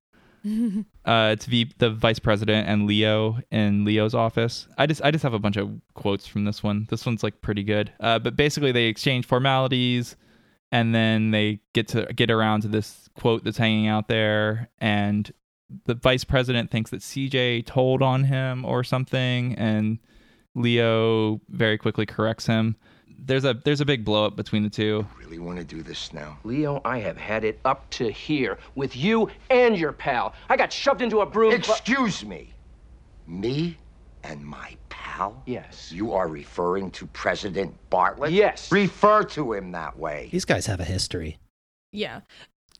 C: Uh, it's v- the vice president and Leo in Leo's office. I just I just have a bunch of quotes from this one. This one's like pretty good. Uh, but basically they exchange formalities, and then they get to get around to this quote that's hanging out there, and the vice president thinks that CJ told on him or something, and Leo very quickly corrects him. There's a there's a big blow up between the two.
L: Really want to do this now. Leo, I have had it up to here with you and your pal. I got shoved into a broom.
M: Excuse me. Me and my pal? Yes. You are referring to President Bartlett? Yes. Refer to him that way.
B: These guys have a history.
A: Yeah.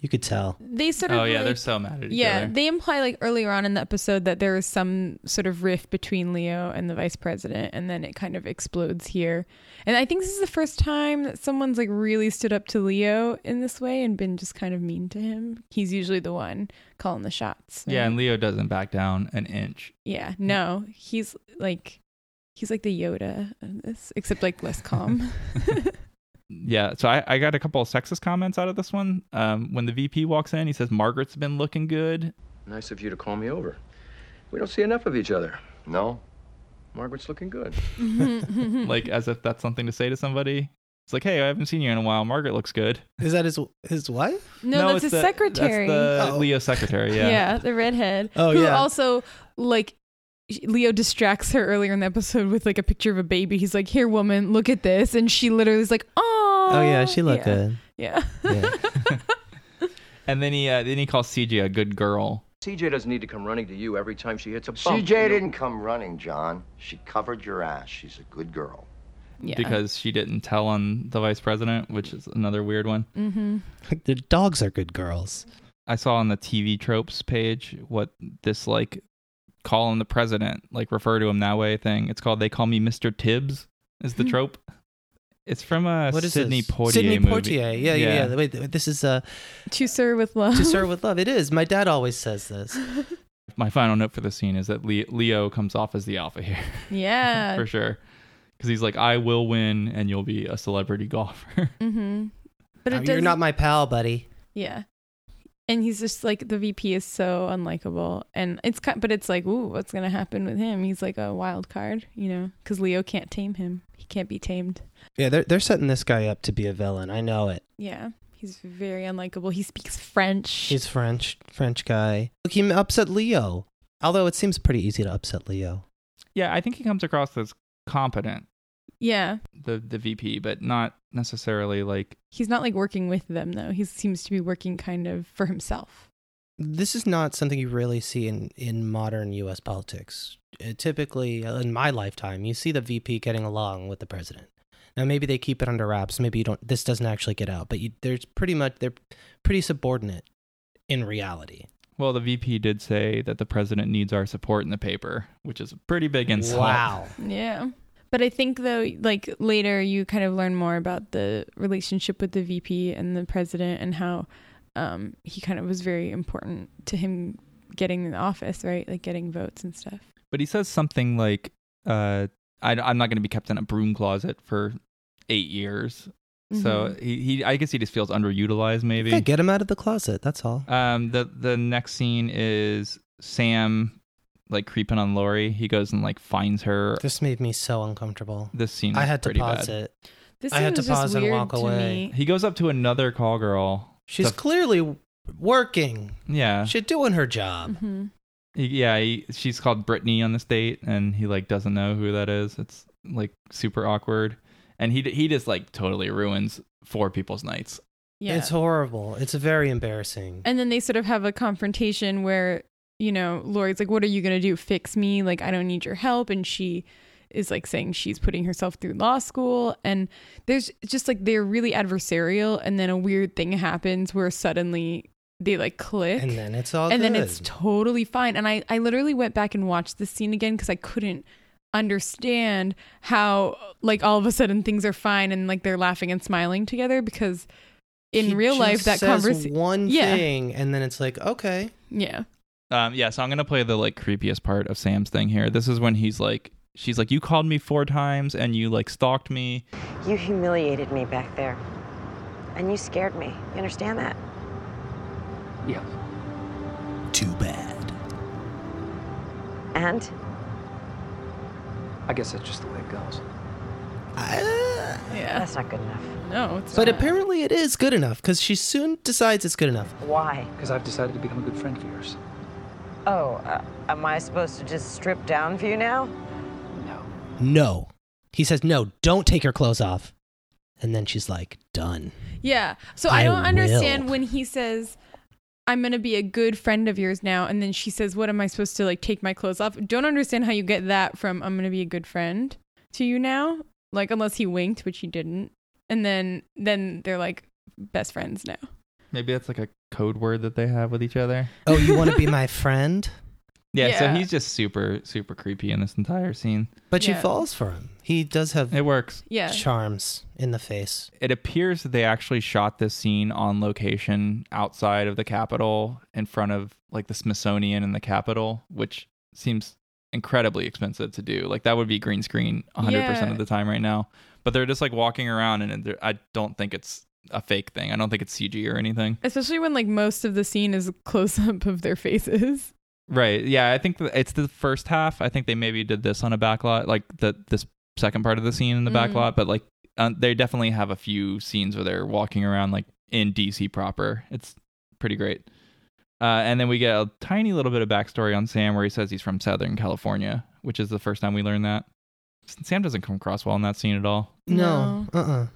B: You could tell.
A: They sort of
C: Oh, yeah,
A: like-
C: they're so mad at each
A: yeah,
C: other.
A: they imply like earlier on in the episode that there is some sort of rift between Leo and the vice president and then it kind of explodes here. And I think this is the first time that someone's like really stood up to Leo in this way and been just kind of mean to him. He's usually the one calling the shots.
C: Yeah, and Leo doesn't back down an inch.
A: Yeah, no. He's like he's like the Yoda of this, except like less calm.
C: Yeah, so I, I got a couple of sexist comments out of this one. Um, when the VP walks in, he says Margaret's been looking good.
L: Nice of you to call me over. We don't see enough of each other. No. Margaret's looking good.
A: Hmm.
C: like as if that's something to say to somebody. It's like, hey, I haven't seen you in a while. Margaret looks good.
B: Is that his his wife?
A: No, that's
C: it's
A: his
C: the-
A: secretary.
C: That's the Leo secretary. Yeah.
A: the redhead.
C: Oh,
A: who
C: yeah.
A: also like Leo distracts her earlier in the episode with like a picture of a baby. He's like, "Here, woman, look at this," and she literally is like, "Oh,
B: Oh yeah, she looked good.
A: yeah."
C: And then he uh, then he calls CJ a good girl.
L: CJ doesn't need to come running to you every time she hits a bump.
M: CJ didn't come running, John. She covered your ass. She's a good girl.
A: Yeah.
C: Because she didn't tell on the vice president, which is another weird one.
A: Mm-hmm.
B: the dogs are good girls.
C: I saw on the TV tropes page what this like calling the president, like refer to him that way thing. It's called "They Call Me Mr. Tibbs" is the trope. It's from a
B: Hmm. What is
C: Sydney
B: this?
C: Poitier
B: Sydney
C: movie.
B: Poitier. Yeah, yeah, yeah. Wait, th- this is uh,
A: To Sir with Love.
B: To Sir with Love. It is. My dad always says this.
C: My final note for the scene is that Le- Leo comes off as the alpha here.
A: Yeah.
C: for sure. Because he's like, I will win, and you'll be a celebrity golfer.
A: Mm-hmm. But
B: Oh,
A: it
B: You're
A: does.
B: not my pal, buddy.
A: yeah. And he's just like the VP is so unlikable, and it's ki- but it's like, ooh, what's gonna happen with him? He's like a wild card, you know, because Leo can't tame him. He can't be tamed.
B: Yeah, they're they're setting this guy up to be a villain. I know it.
A: Yeah, he's very unlikable. He speaks French.
B: He's French, French guy. Look, he upset Leo. Although it seems pretty easy to upset Leo.
C: yeah, I think he comes across as competent,
A: Yeah.
C: the the VP, but not necessarily like
A: He's not like working with them though. He seems to be working kind of for himself.
B: This is not something you really see in, in modern U.S. politics. Uh, typically, uh, in my lifetime, you see the VP getting along with the president. Now, maybe they keep it under wraps. Maybe you don't. This doesn't actually get out, but you, there's pretty much they're pretty subordinate in reality.
C: Well, the VP did say that the president needs our support in the paper, which is a pretty big insult.
B: Wow.
A: Yeah. But I think though, like later, you kind of learn more about the relationship with the VP and the president, and how um, he kind of was very important to him getting the office, right? Like getting votes and stuff.
C: But he says something like, uh, I, am not going to be kept in a broom closet for eight years." So
B: Mhm.
C: he, he, I guess he just feels underutilized, maybe.
B: Yeah, get him out of the closet. That's all.
C: Um, the the next scene is Sam like creeping on Lori. He goes and like finds her.
B: This made me so uncomfortable.
C: This scene,
B: I
C: was
B: had to
C: pretty
B: pause
C: bad.
B: it. I had to pause and walk away.
C: He goes up to another call girl.
B: She's
C: to-
B: clearly working.
C: yeah,
B: She's doing her
A: Mm-hmm.
B: job.
C: He- yeah. He, she's called Brittany on this date, and he like doesn't know who that is. It's like super awkward, and he he just like totally ruins four people's nights.
A: Yeah.
B: It's horrible. It's very embarrassing.
A: And then they sort of have a confrontation where, you know, Lori's like, What are you going to do? Fix me? Like, I don't need your help. And she is like saying she's putting herself through law school. And there's just like, they're really adversarial. And then a weird thing happens where suddenly they like click.
B: And then it's all
A: And then
B: good.
A: it's totally fine. And I, I literally went back and watched this scene again because I couldn't understand how like all of a sudden things are fine and like they're laughing and smiling together because in
B: He
A: real
B: just
A: life that
B: says
A: conversation
B: one
A: yeah
B: thing, and then it's like, okay,
A: yeah
C: Um, yeah, so I'm gonna play the like creepiest part of Sam's thing here. This is when he's like, she's like, you called me four times and you like stalked me.
N: You humiliated me back there. And you scared me. You understand that?
L: Yeah.
B: Too bad.
N: And
L: I guess that's just the way it goes.
A: yeah.
N: that's not good enough.
A: No, it's
B: but apparently it is good enough because she soon decides it's good enough.
N: Why?
L: Because I've decided to become a good friend for yours.
N: Oh, uh, am I supposed to just strip down for you now?
B: No, he says no. Don't take your clothes off. And then she's like, done.
A: yeah so i,
B: I
A: don't understand
B: will.
A: when he says i'm gonna be a good friend of yours now and then she says what am i supposed to like take my clothes off don't understand how you get that from i'm gonna be a good friend to you now like unless he winked which he didn't and then then they're like best friends now
C: Maybe that's like a code word that they have with each other.
B: Oh, you want to be my friend?
C: Yeah, so
A: Yeah.
C: he's just super super creepy in this entire scene.
B: But she
A: Yeah.
B: falls for him. He does have
C: it works.
A: Yeah.
B: charms in the face.
C: It appears that they actually shot this scene on location outside of the Capitol, in front of like the Smithsonian and the Capitol, which seems incredibly expensive to do. Like that would be green screen 100%
A: Yeah.
C: of the time right now. But they're just like walking around, and they're- I don't think it's a fake thing. I don't think it's CG or anything.
A: especially when like most of the scene is a close-up of their faces
C: Right. Yeah, I think th- it's the first half. I think they maybe did this on a backlot, like the this second part of the scene in the
A: Mm.
C: backlot. But like, um, they definitely have a few scenes where they're walking around like in DC proper. It's pretty great. Uh, and then we get a tiny little bit of backstory on Sam, where he says he's from Southern California, which is the first time we learn that. S- Sam doesn't come across well in that scene at all.
B: No, uh, uh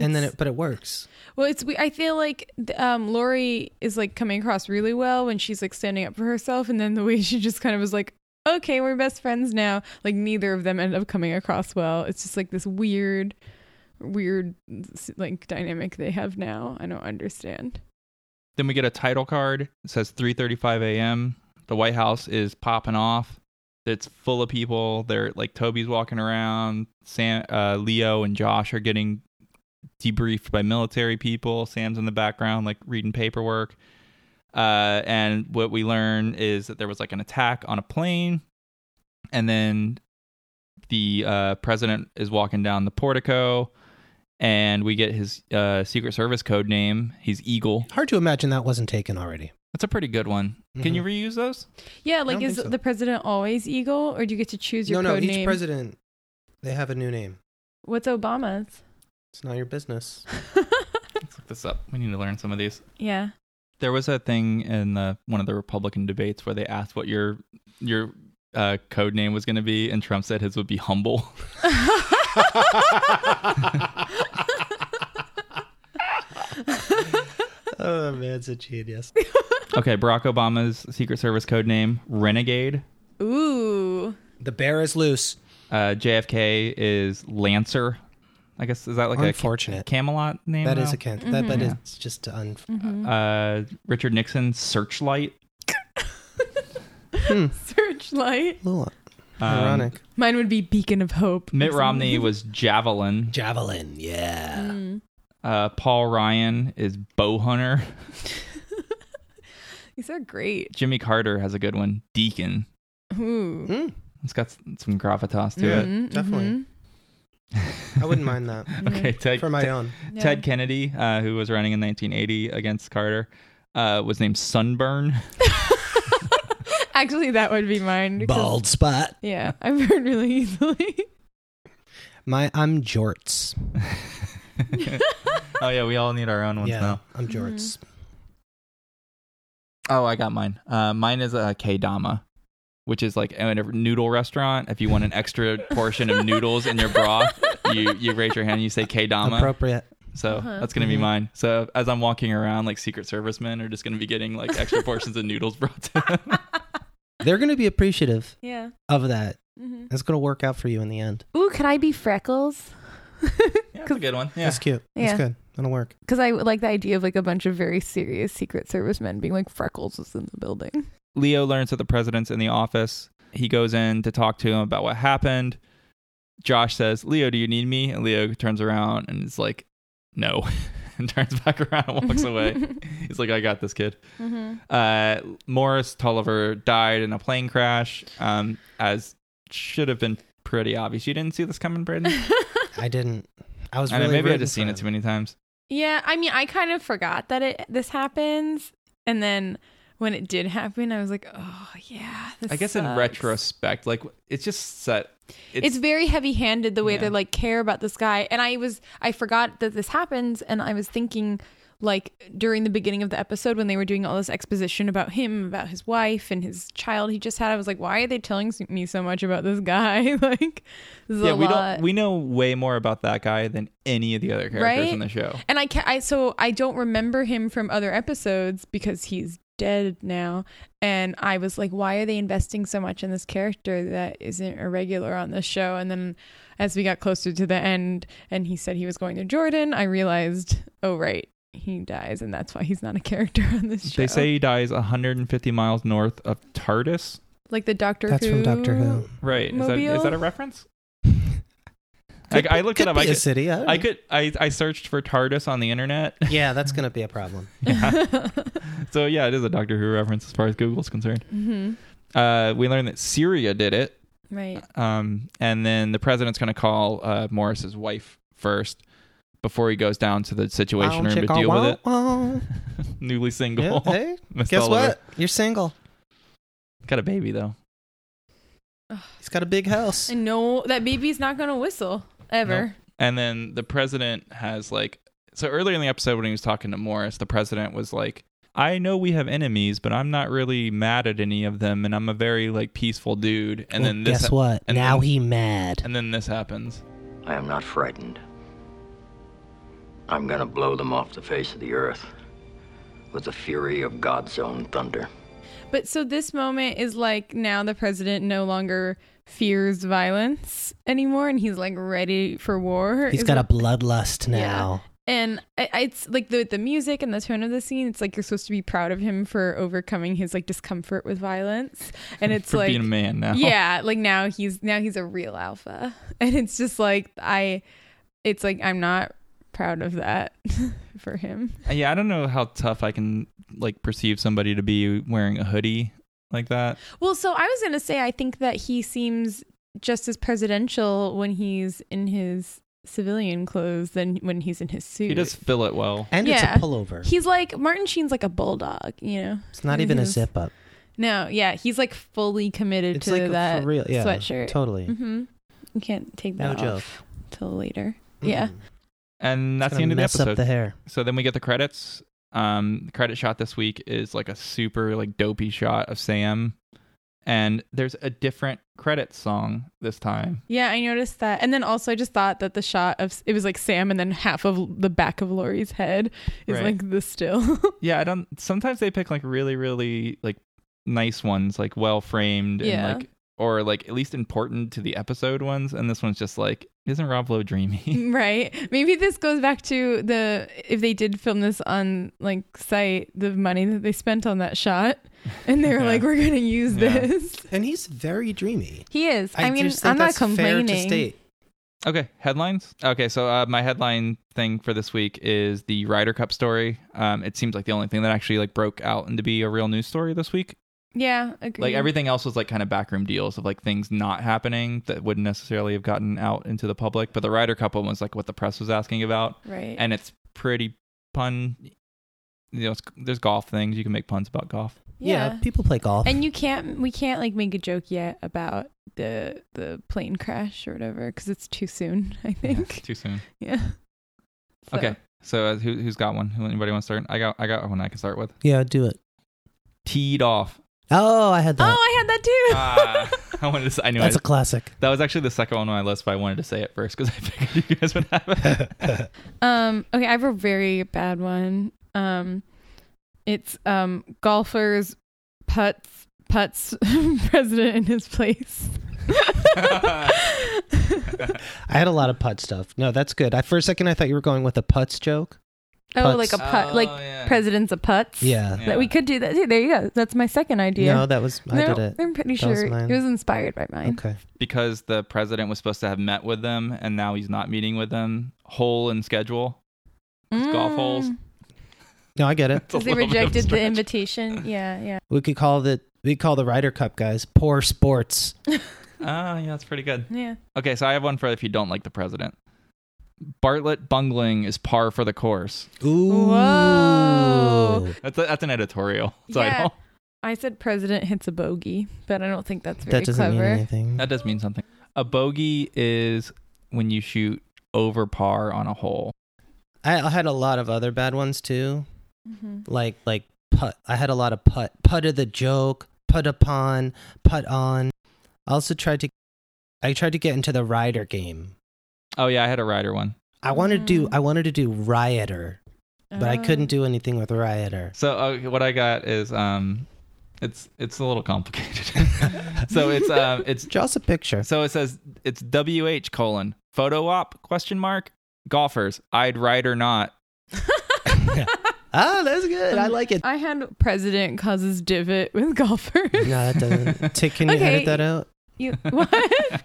B: And then it, but it works.
A: Well, it's we. I feel like th- um, Lori is like coming across really well when she's like standing up for herself, and then the way she just kind of was like, "Okay, we're best friends now." Like neither of them end up coming across well. It's just like this weird, weird s- like dynamic they have now. I don't understand.
C: Then we get a title card. It says 3:35 a.m. The White House is popping off. It's full of people. They're like Toby's walking around. Sam, uh, Leo, and Josh are getting debriefed by military people. Sam's in the background, like reading paperwork. Uh, and what we learn is that there was like an attack on a plane, and then the uh, president is walking down the portico, and we get his uh, Secret Service code name. He's Eagle.
B: Hard to imagine that wasn't taken already.
C: That's a pretty good one. Can you
B: Mm-hmm.
C: reuse those?
A: Yeah,
B: don't
A: like is
B: think so.
A: the president always Eagle, or do you get to choose
B: No,
A: your
B: no.
A: code
B: Each
A: name?
B: president, they have a new name.
A: What's Obama's?
B: It's not your business.
C: Let's look this up. We need to learn some of these.
A: Yeah.
C: There was a thing in the, one of the Republican debates where they asked what your your uh, code name was going to be, and Trump said his would be humble.
B: oh man, it's a genius.
C: Okay, Barack Obama's Secret Service code name Renegade.
A: Ooh.
B: The bear is loose.
C: Uh, JFK is Lancer. I guess is that like
B: Unfortunate.
C: a ca- Camelot name?
B: That
C: now?
B: is a can.
A: Mm-hmm.
B: That, that is just un.
C: Uh, Richard Nixon Searchlight.
A: Searchlight.
B: Little
C: Um,
B: ironic.
A: Mine would be Beacon of Hope.
C: Mitt Romney was Javelin.
B: Javelin, yeah.
A: Mm.
C: Uh, Paul Ryan is Bow Hunter.
A: These are great.
C: Jimmy Carter has a good one, Deacon.
B: Mm,
A: Ooh.
C: It's got s- some gravitas to it.
A: Mhm,
B: definitely.
A: mhm.
B: Mm. I wouldn't mind that.
C: Okay, Ted,
B: For my
C: Ted-
B: own.
C: Ted
A: Yeah.
C: Kennedy, uh, who was running in 1980 against Carter, uh, was named Sunburn.
A: Actually, that would be mine. because-
B: Bald spot.
A: Yeah, I burn really easily.
B: My I'm jorts.
C: oh yeah, we all need our own ones
B: yeah,
C: now.
B: I'm jorts.
A: Mm-hmm.
C: Oh, I got mine. Uh, mine is a K-Dama, which is like at a noodle restaurant. If you want an extra portion of noodles in your broth, you, you raise your hand and you say K-Dama.
B: Appropriate.
C: So
A: Uh-huh.
C: that's going to be
B: Mhm.
C: mine. So as I'm walking around, like Secret Service men are just going to be getting like extra portions of noodles brought to them.
B: They're gonna be appreciative
A: Yeah.
B: of that.
A: Mhm.
B: That's gonna work out for you in the end.
A: Ooh, could I be Freckles?
C: Yeah, that's a good one. Yeah.
B: That's cute. That's
A: Yeah.
B: good. That'll work.
A: Because I like the idea of like a bunch of very serious Secret Service men being like Freckles is in the building.
C: Leo learns that the president's in the office. He goes in to talk to him about what happened. Josh says, Leo, do you need me? And Leo turns around and is like, no, and turns back around and walks away. He's like, I got this kid.
A: Mhm.
C: Uh, Morris Tulliver died in a plane crash, um, as should have been pretty obvious. You didn't see this coming, Brandon?
B: I didn't. I was
C: I mean,
B: really
C: maybe I've
B: rooting
C: just seen
B: for
C: it too many times.
A: Yeah, I mean, I kind of forgot that it this happens, and then when it did happen, I was like, oh yeah. This
C: I guess in
A: sucks.
C: retrospect, like it's just set.
A: it's,
C: It's,
A: very heavy-handed the way they
C: Yeah.
A: like care about this guy and i was i forgot that this happens and i was thinking like during the beginning of the episode when they were doing all this exposition about him about his wife and his child he just had i was like why are they telling s- me so much about this guy like this is
C: yeah.
A: a
C: We
A: lot.
C: don't. We know way more about that guy than any of the other characters
A: right
C: in the show.
A: Oh. and i can i so i don't remember him from other episodes because he's dead now and i was like why are they investing so much in this character that isn't a regular on this show and then as we got closer to the end and he said he was going to jordan i realized oh right he dies and that's why he's not a character on this show
C: They say he dies 150 miles north of Tardis.
A: like the doctor
B: That's
A: who
B: from Doctor Who.
C: Right. Is that, is
A: Mobile?
C: that a reference? Like, I looked
B: could
C: it up.
B: be
C: I
B: a
C: could,
B: city, I don't
C: I
B: know.
C: could. I, I searched for Tardis on the internet.
B: Yeah, that's gonna be a problem.
C: so yeah, it is a Doctor Who reference as far as Google's concerned.
A: Mhm.
C: Uh, we learned that Syria did it.
A: right
C: Um, and then the president's going to call uh, Morris's wife first before he goes down to the situation room to deal with it.
B: Yeah,
C: Newly single.
B: hey,
C: Miss
B: guess
C: Oliver.
B: what? You're single.
C: Got a baby though.
B: He's got a big house.
A: and no that baby's not gonna whistle ever
C: And then the president has like so earlier in the episode when he was talking to Morris, the president was like, "I know we have enemies, but I'm not really mad at any of them, and I'm a very like peaceful dude."
B: Well,
C: And then this
B: guess what?
C: and
B: now
C: then-
B: he mad.
C: and then this happens.
E: I am not frightened. I'm gonna blow them off the face of the earth with the fury of God's own thunder.
A: But so this moment is like now the president no longer fears violence anymore and he's like ready for war.
B: He's
A: is
B: got a
A: what-
B: bloodlust now.
A: and I, I- it's like the the music and the tone of the scene. It's like you're supposed to be proud of him for overcoming his like discomfort with violence, and it's
C: For
A: like
C: being a man now.
A: Yeah, like now he's now he's a real alpha, and it's just like I, it's like I'm not proud of that for him.
C: Yeah, I don't know how tough I can like perceive somebody to be wearing a hoodie like that.
A: Well, so I was going to say, I think that he seems just as presidential when he's in his civilian clothes than when he's in his suit.
C: He does fill it well.
B: And
A: Yeah.
B: it's a pullover.
A: He's like, Martin Sheen's like a bulldog, you know?
B: it's not even a
A: He's-
B: zip up.
A: No, yeah. He's like fully committed
B: It's
A: to
B: like a-
A: that
B: for real. Yeah,
A: sweatshirt.
B: totally.
A: hmm You can't take
B: No
A: that
B: joke.
A: off till later. Mm-hmm. Yeah.
C: And that's the
B: Mm-hmm. gonna
C: end of the
B: mess
C: episode.
B: up the hair.
C: So then we get the credits. Um, the credit shot this week is like a super like dopey shot of Sam, and there's a different credits song this time.
A: Yeah, I noticed that. And then also, I just thought that the shot of it was like Sam, and then half of the back of Laurie's head is
C: Right.
A: like the still.
C: Yeah, I don't. Sometimes they pick like really, really like nice ones, like well framed
A: Yeah.
C: and like, or like at least important to the episode ones. And this one's just like, isn't Rob Lowe dreamy?
A: Mm. right. Maybe this goes back to the if they did film this on like site, the money that they spent on that shot, and they were like, we're gonna use this.
B: And he's very dreamy.
A: He is.
B: I
A: I, mean,
B: just think
A: I'm not
B: that's fair to
A: complaining.
B: state.
C: Okay, headlines. Okay, so uh, my headline thing for this week is the Ryder Cup story. Um, it seems like the only thing that actually like broke out and to be a real news story this week.
A: Yeah, agree.
C: Like everything else was like kind of backroom deals of like things not happening that wouldn't necessarily have gotten out into the public. But the Ryder Cup one was like what the press was asking about,
A: Right.
C: And it's pretty pun. You know, it's, there's golf things you can make puns about golf.
A: Yeah. Yeah,
B: people play golf.
A: And you can't. We can't like make a joke yet about the the plane crash or whatever because it's too soon. I think.
C: Too soon.
A: Yeah. So-
C: Okay, so uh, who who's got one? Who- Anybody want to start? I got I got one I can start with.
B: Yeah, do it.
C: Teed off.
B: Oh, I had
A: Oh,
B: that.
A: I had that too.
C: Ah, I wanted to. Say, I knew
B: That's
C: I-
B: a classic.
C: That was actually the second one on my list, but I wanted to say it first because I figured you guys would have it.
A: Um, okay, I have a very bad one. Um, it's um, golfers putts putts president in his place.
B: I had a lot of putt stuff. No, that's good. I, for a second, I thought you were going with a putts joke.
A: Oh,
B: Putts.
A: like a putt, like
C: Oh,
A: presidents of putts.
B: Yeah.
A: that we could do that too. There you go. That's my second idea.
B: No, that was- I
A: No,
B: did it.
A: I'm pretty
B: That was
A: sure
B: mine.
A: it was inspired by mine.
B: Okay.
C: because the president was supposed to have met with them, and now he's not meeting with them. Hole in schedule. It's golf holes.
B: No, I get it.
A: Because Mm. they rejected the invitation. Yeah, yeah.
B: We could call the we call the Ryder Cup guys poor sports.
C: Ah, yeah, that's pretty good.
A: Yeah.
C: Okay, so I have one for if you don't like the president. Bartlett bungling is par for the course.
B: Ooh.
A: Whoa.
C: That's a, that's an editorial title.
A: I said president hits a bogey, but I don't think that's very
B: doesn't mean
A: clever.
B: anything.
C: That does mean something. A bogey is when you shoot over par on a hole.
B: I, I had a lot of other bad ones too,
A: Mhm.
B: like like putt. I had a lot of putt. Putt of the joke. Put upon. Put on. I also tried to. I tried to get into the Ryder game.
C: Oh yeah, I had a rider one.
B: I wanted to
A: Mm-hmm.
B: do. I wanted to do rioter, but I couldn't
A: Oh.
B: do anything with rioter.
C: So uh, what I got is um, it's it's a little complicated. so it's
B: uh,
C: um, it's
B: draw us a picture.
C: So it says it's wh colon photo op question mark golfers. I'd ride or not.
B: Ah, that's good. I like it.
A: Um, I had president causes divot with golfers.
B: No, that doesn't. Tick, can you
A: Okay.
B: edit that out?
A: You, what?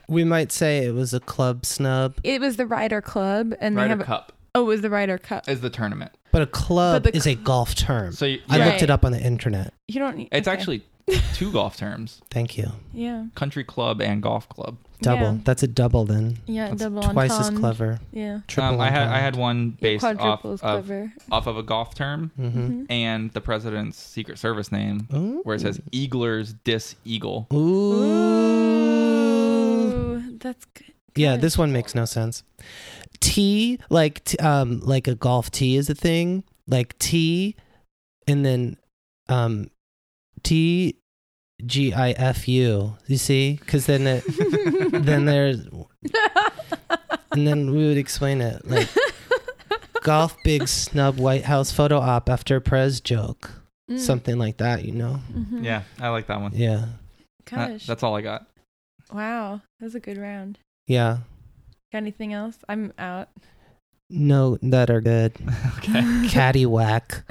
B: We might say it was a club snub,
A: It was the Ryder Club, and they
B: Ryder
A: have a-
C: Cup.
A: Oh, it was the Ryder Cup.
C: is the tournament.
B: but a club
A: But the
B: is a golf term.
C: So you-
B: I looked
A: Right.
B: it up on the internet.
A: You don't need.
C: It's
A: okay.
C: actually two golf terms:
B: Thank you.
A: Yeah.
C: country club and golf club.
B: Double.
A: Yeah.
B: That's a double then.
A: Yeah,
B: That's
A: double
B: Twice
A: entendre.
B: as clever.
A: Yeah.
B: Triple.
C: Um, I had I
B: entendre.
C: had one based off
A: quadruple is
C: of,
A: clever.
C: off of a golf term
B: Mhm.
C: and the president's secret service name,
A: Mm-hmm.
C: where it says "Eaglers dis Eagle."
A: Mm-hmm. Ooh, that's good.
B: Yeah, this one makes no sense. T like t, um like a golf tee is a thing. Like T, and then um T G I F U. You see, because then it then there's and then we would explain it like golf big snub White House photo op after Prez joke,
A: Mm.
B: something like that. You know?
A: Mhm.
C: Yeah, I like that one.
B: Yeah,
C: That-
A: Gosh.
C: that's all I got.
A: Wow, that was a good round.
B: yeah.
A: Got anything else? I'm out.
B: No, that are good.
C: okay.
B: Caddywhack.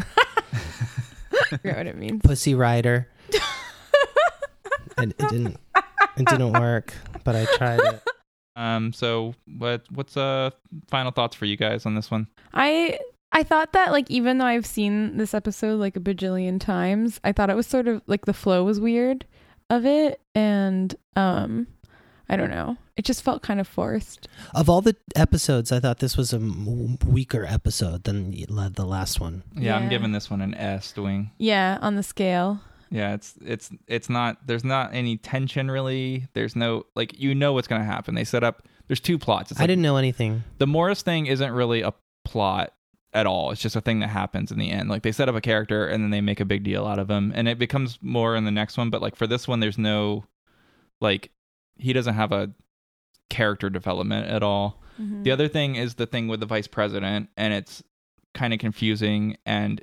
A: forget what it means.
B: Pussy Rider. it, it didn't. It didn't work, but I tried it.
C: Um, so what what's uh final thoughts for you guys on this one?
A: I I thought that like even though I've seen this episode like a bajillion times, I thought it was sort of like the flow was weird of it, and um, I don't know. It just felt kind of forced.
B: Of all the episodes, I thought this was a m- weaker episode than y- la- the last one.
C: Yeah, I'm
A: Yeah.
C: giving this one an S doing.
A: Yeah, on the scale.
C: Yeah, it's it's it's not there's not any tension really. There's no like you know what's gonna happen. They set up there's two plots. It's
B: I
C: like,
B: didn't know anything.
C: the Morris thing isn't really a plot at all. It's just a thing that happens in the end. Like they set up a character and then they make a big deal out of him, and it becomes more in the next one. But like for this one, there's no like he doesn't have a character development at all.
A: Mm-hmm.
O: Mhm.
C: The other thing is the thing with the vice president, and it's kind of confusing and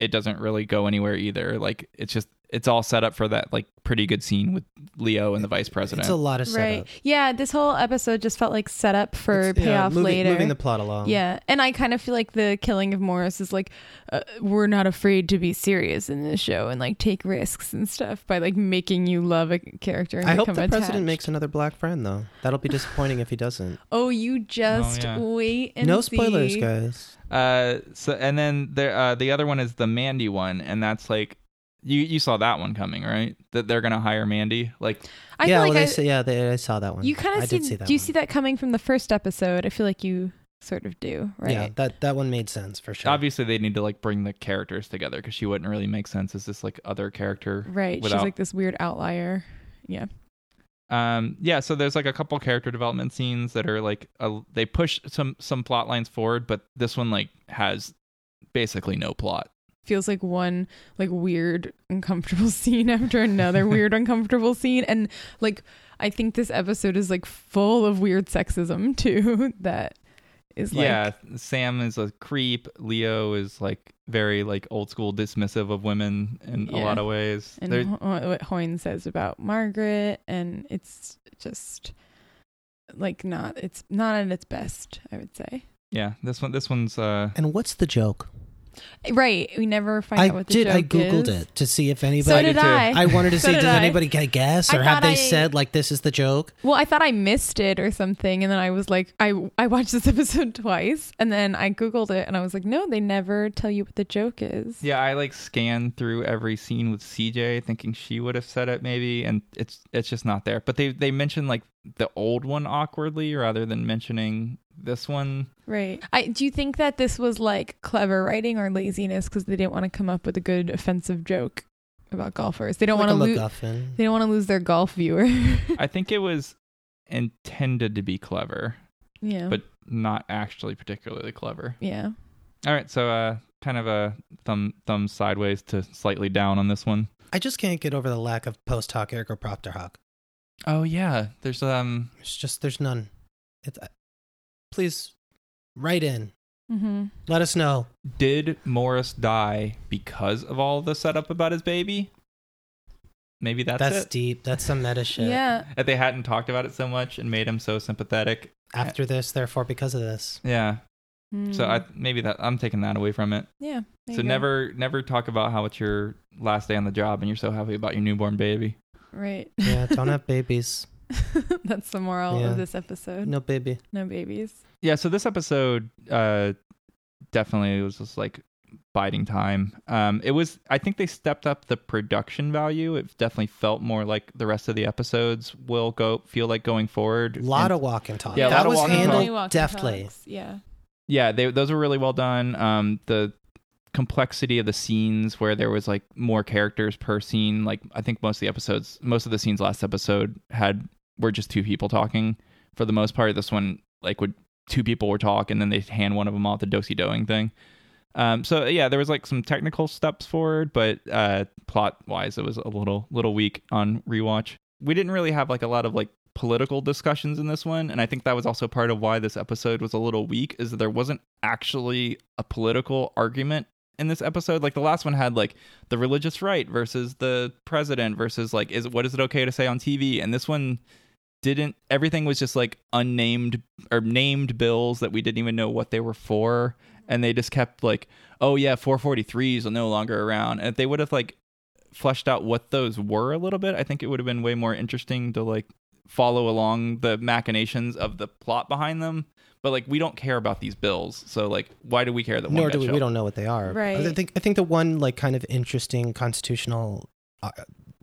C: it doesn't really go anywhere either. Like it's just it's all set up for that like pretty good scene with Leo and the vice president.
B: It's a lot of setup.
A: Right. Yeah, this whole episode just felt like set up for
B: yeah,
A: payoff
B: moving-
A: later.
B: moving the plot along.
A: Yeah. And I kind of feel like the killing of Morris is like, uh, we're not afraid to be serious in this show and like take risks and stuff by like making you love a character. And
B: I hope the
A: become
B: president
A: attached.
B: makes another black friend though. That'll be disappointing if he doesn't.
A: Oh, you just
C: Oh, yeah.
A: wait and
B: no spoilers,
A: see.
B: guys.
C: Uh, so and then there, uh, the other one is the Mandy one, and that's like, you you saw that one coming, right? That they're gonna hire Mandy, like.
A: I feel
B: yeah,
A: like
B: well,
A: I-
B: they say, yeah, they, I saw that one.
A: You kind
B: I
A: of see.
B: did see that.
A: do you
B: one.
A: see that coming from the first episode? I feel like you sort of do, right?
B: Yeah, that that one made sense for sure.
C: Obviously, they need to like bring the characters together because she wouldn't really make sense as this like other character,
A: Right.
C: Without,
A: She's like this weird outlier. Yeah.
C: um, yeah. So there's like a couple character development scenes that are like a, they push some some plot lines forward, but this one like has basically no plot.
A: feels like one like weird uncomfortable scene after another weird uncomfortable scene and like i think this episode is like full of weird sexism too that is like
C: yeah sam is a creep leo is like very like old school dismissive of women in a
A: Yeah.
C: lot of ways
A: and
C: There-
A: Ho- what hoyne says about margaret and it's just like not it's not at its best i would say
C: yeah this one this one's uh
B: And what's the joke?
A: right we never find
B: I
A: out what the
B: did. I
A: joke
B: googled
A: is.
B: it to see if anybody.
A: So did I.
B: wanted to
A: So
B: see.
A: did
B: Does
A: I.
B: anybody get a guess,
A: I
B: or have
A: thought
B: they
A: I-
B: said like this is the joke?
A: Well, I thought I missed it or something, and then I was like, I I watched this episode twice, and then I googled it, and I was like, no, they never tell you what the joke is.
C: yeah i like scanned through every scene with cj thinking she would have said it maybe and it's it's just not there but they they mention like the old one awkwardly rather than mentioning this one
A: Right. I do you think that this was like clever writing or laziness because they didn't want to come up with a good offensive joke about golfers. They don't
B: Like
A: want
B: a
A: to lose.
B: MacGuffin.
A: They don't want to lose their golf viewer.
C: i think it was intended to be clever
A: Yeah.
C: but not actually particularly clever
A: yeah.
C: All right, so uh, kind of a thumb thumb sideways to slightly down on this one.
B: I just can't get over the lack of post hoc ergoproctor hoc.
C: Oh yeah, there's um,
B: It's just there's none. It's uh, please write in.
A: Mm-hmm.
B: Let us know.
C: did Morris die because of all the setup about his baby? Maybe that's
B: That's
C: it.
B: deep. That's some meta shit.
A: Yeah.
C: That they hadn't talked about it so much and made him so sympathetic.
B: After this, therefore, because of this.
C: Yeah. So
A: Hmm.
C: I maybe that I'm taking that away from it.
A: Yeah, there
C: So
A: you go.
C: never never talk about how it's your last day on the job and you're so happy about your newborn baby.
A: Right.
B: Yeah, don't have babies.
A: That's the moral
C: Yeah.
A: of this episode.
B: No baby.
A: No babies.
C: yeah so this episode uh definitely was just like biding time um it was i think they stepped up the production value it definitely felt more like the rest of the episodes will go feel like going forward
B: Lot
C: And-
B: of walk and talk.
C: yeah a
B: that
C: lot of
B: was
C: walk and talk.
B: handled
A: Walk and
B: deftly.
A: Yeah.
C: yeah they, those were really well done um the complexity of the scenes where there was like more characters per scene like i think most of the episodes most of the scenes last episode had were just two people talking for the most part this one like would two people were talk and then they hand one of them off the dosi doing thing um so yeah there was like some technical steps forward but uh plot wise it was a little little weak on rewatch we didn't really have like a lot of like political discussions in this one and i think that was also part of why this episode was a little weak is that there wasn't actually a political argument in this episode like the last one had like the religious right versus the president versus like is what is it okay to say on tv and this one didn't everything was just like unnamed or named bills that we didn't even know what they were for and they just kept like oh yeah 443s are no longer around and if they would have like fleshed out what those were a little bit i think it would have been way more interesting to like follow along the machinations of the plot behind them but like we don't care about these bills so like why do we care that one
B: Nor
C: got
B: do we, we
C: shelved?
B: don't know what they are. I
A: Right.
B: think I think the one like kind of interesting constitutional uh,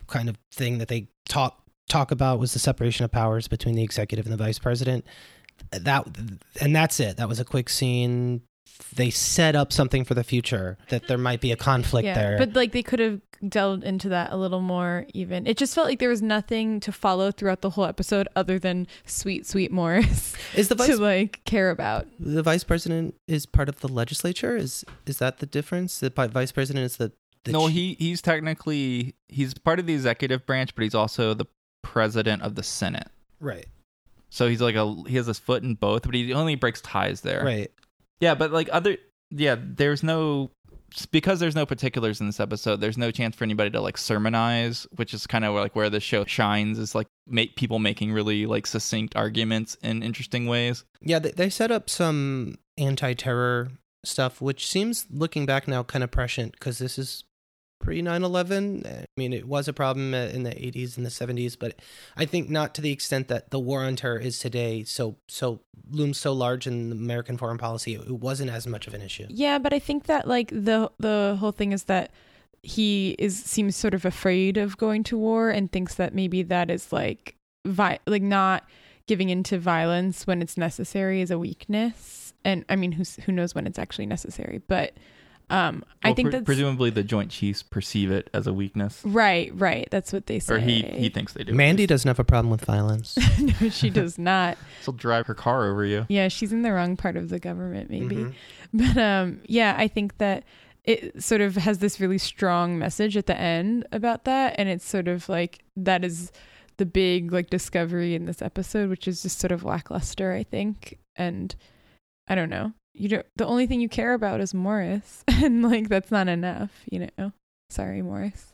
B: kind of thing that they talk talk about was the separation of powers between the executive and the vice president. That and that's it. That was a quick scene. They set up something for the future that there might be a conflict
A: yeah.
B: there.
A: But like they could have delved into that a little more even. It just felt like there was nothing to follow throughout the whole episode other than sweet, sweet Morris.
B: Is the
A: to
B: vice-
A: like care about.
B: the vice president is part of the legislature. Is is that the difference? The vi- vice president is the, the
C: no
B: ch-
C: he he's technically he's part of the executive branch but he's also the president of the senate
B: Right.
C: So he's like a he has his foot in both, but he only breaks ties there.
B: Right.
C: Yeah, but like other yeah, there's no because there's no particulars in this episode. There's no chance for anybody to like sermonize, which is kind of like where the show shines is like make people making really like succinct arguments in interesting ways.
B: Yeah, they, they set up some anti-terror stuff, which seems looking back now kind of prescient because this is pre 9/11. I mean, it was a problem uh, in the 80s and the 70s, but I think not to the extent that the war on terror is today. So so looms so large in American foreign policy, it wasn't as much of an issue.
A: Yeah, but I think that like the the whole thing is that he is seems sort of afraid of going to war and thinks that maybe that is like vi- like not giving into violence when it's necessary is a weakness. And I mean, who's, who knows when it's actually necessary? But um, I
C: Well,
A: think
C: pre-
A: that's
C: presumably the Joint Chiefs perceive it as a weakness,
A: right, right. That's what they say.
C: or he he thinks they do.
B: Mandy doesn't have a problem with violence.
A: no, she does not.
C: She'll drive her car over you.
A: Yeah, she's in the wrong part of the government, maybe.
C: Mhm.
A: But um, yeah, I think that it sort of has this really strong message at the end about that, and it's sort of like that is the big like discovery in this episode, which is just sort of lackluster, I think. And I don't know, you don't. The only thing you care about is Morris, and like that's not enough, you know. Sorry, Morris.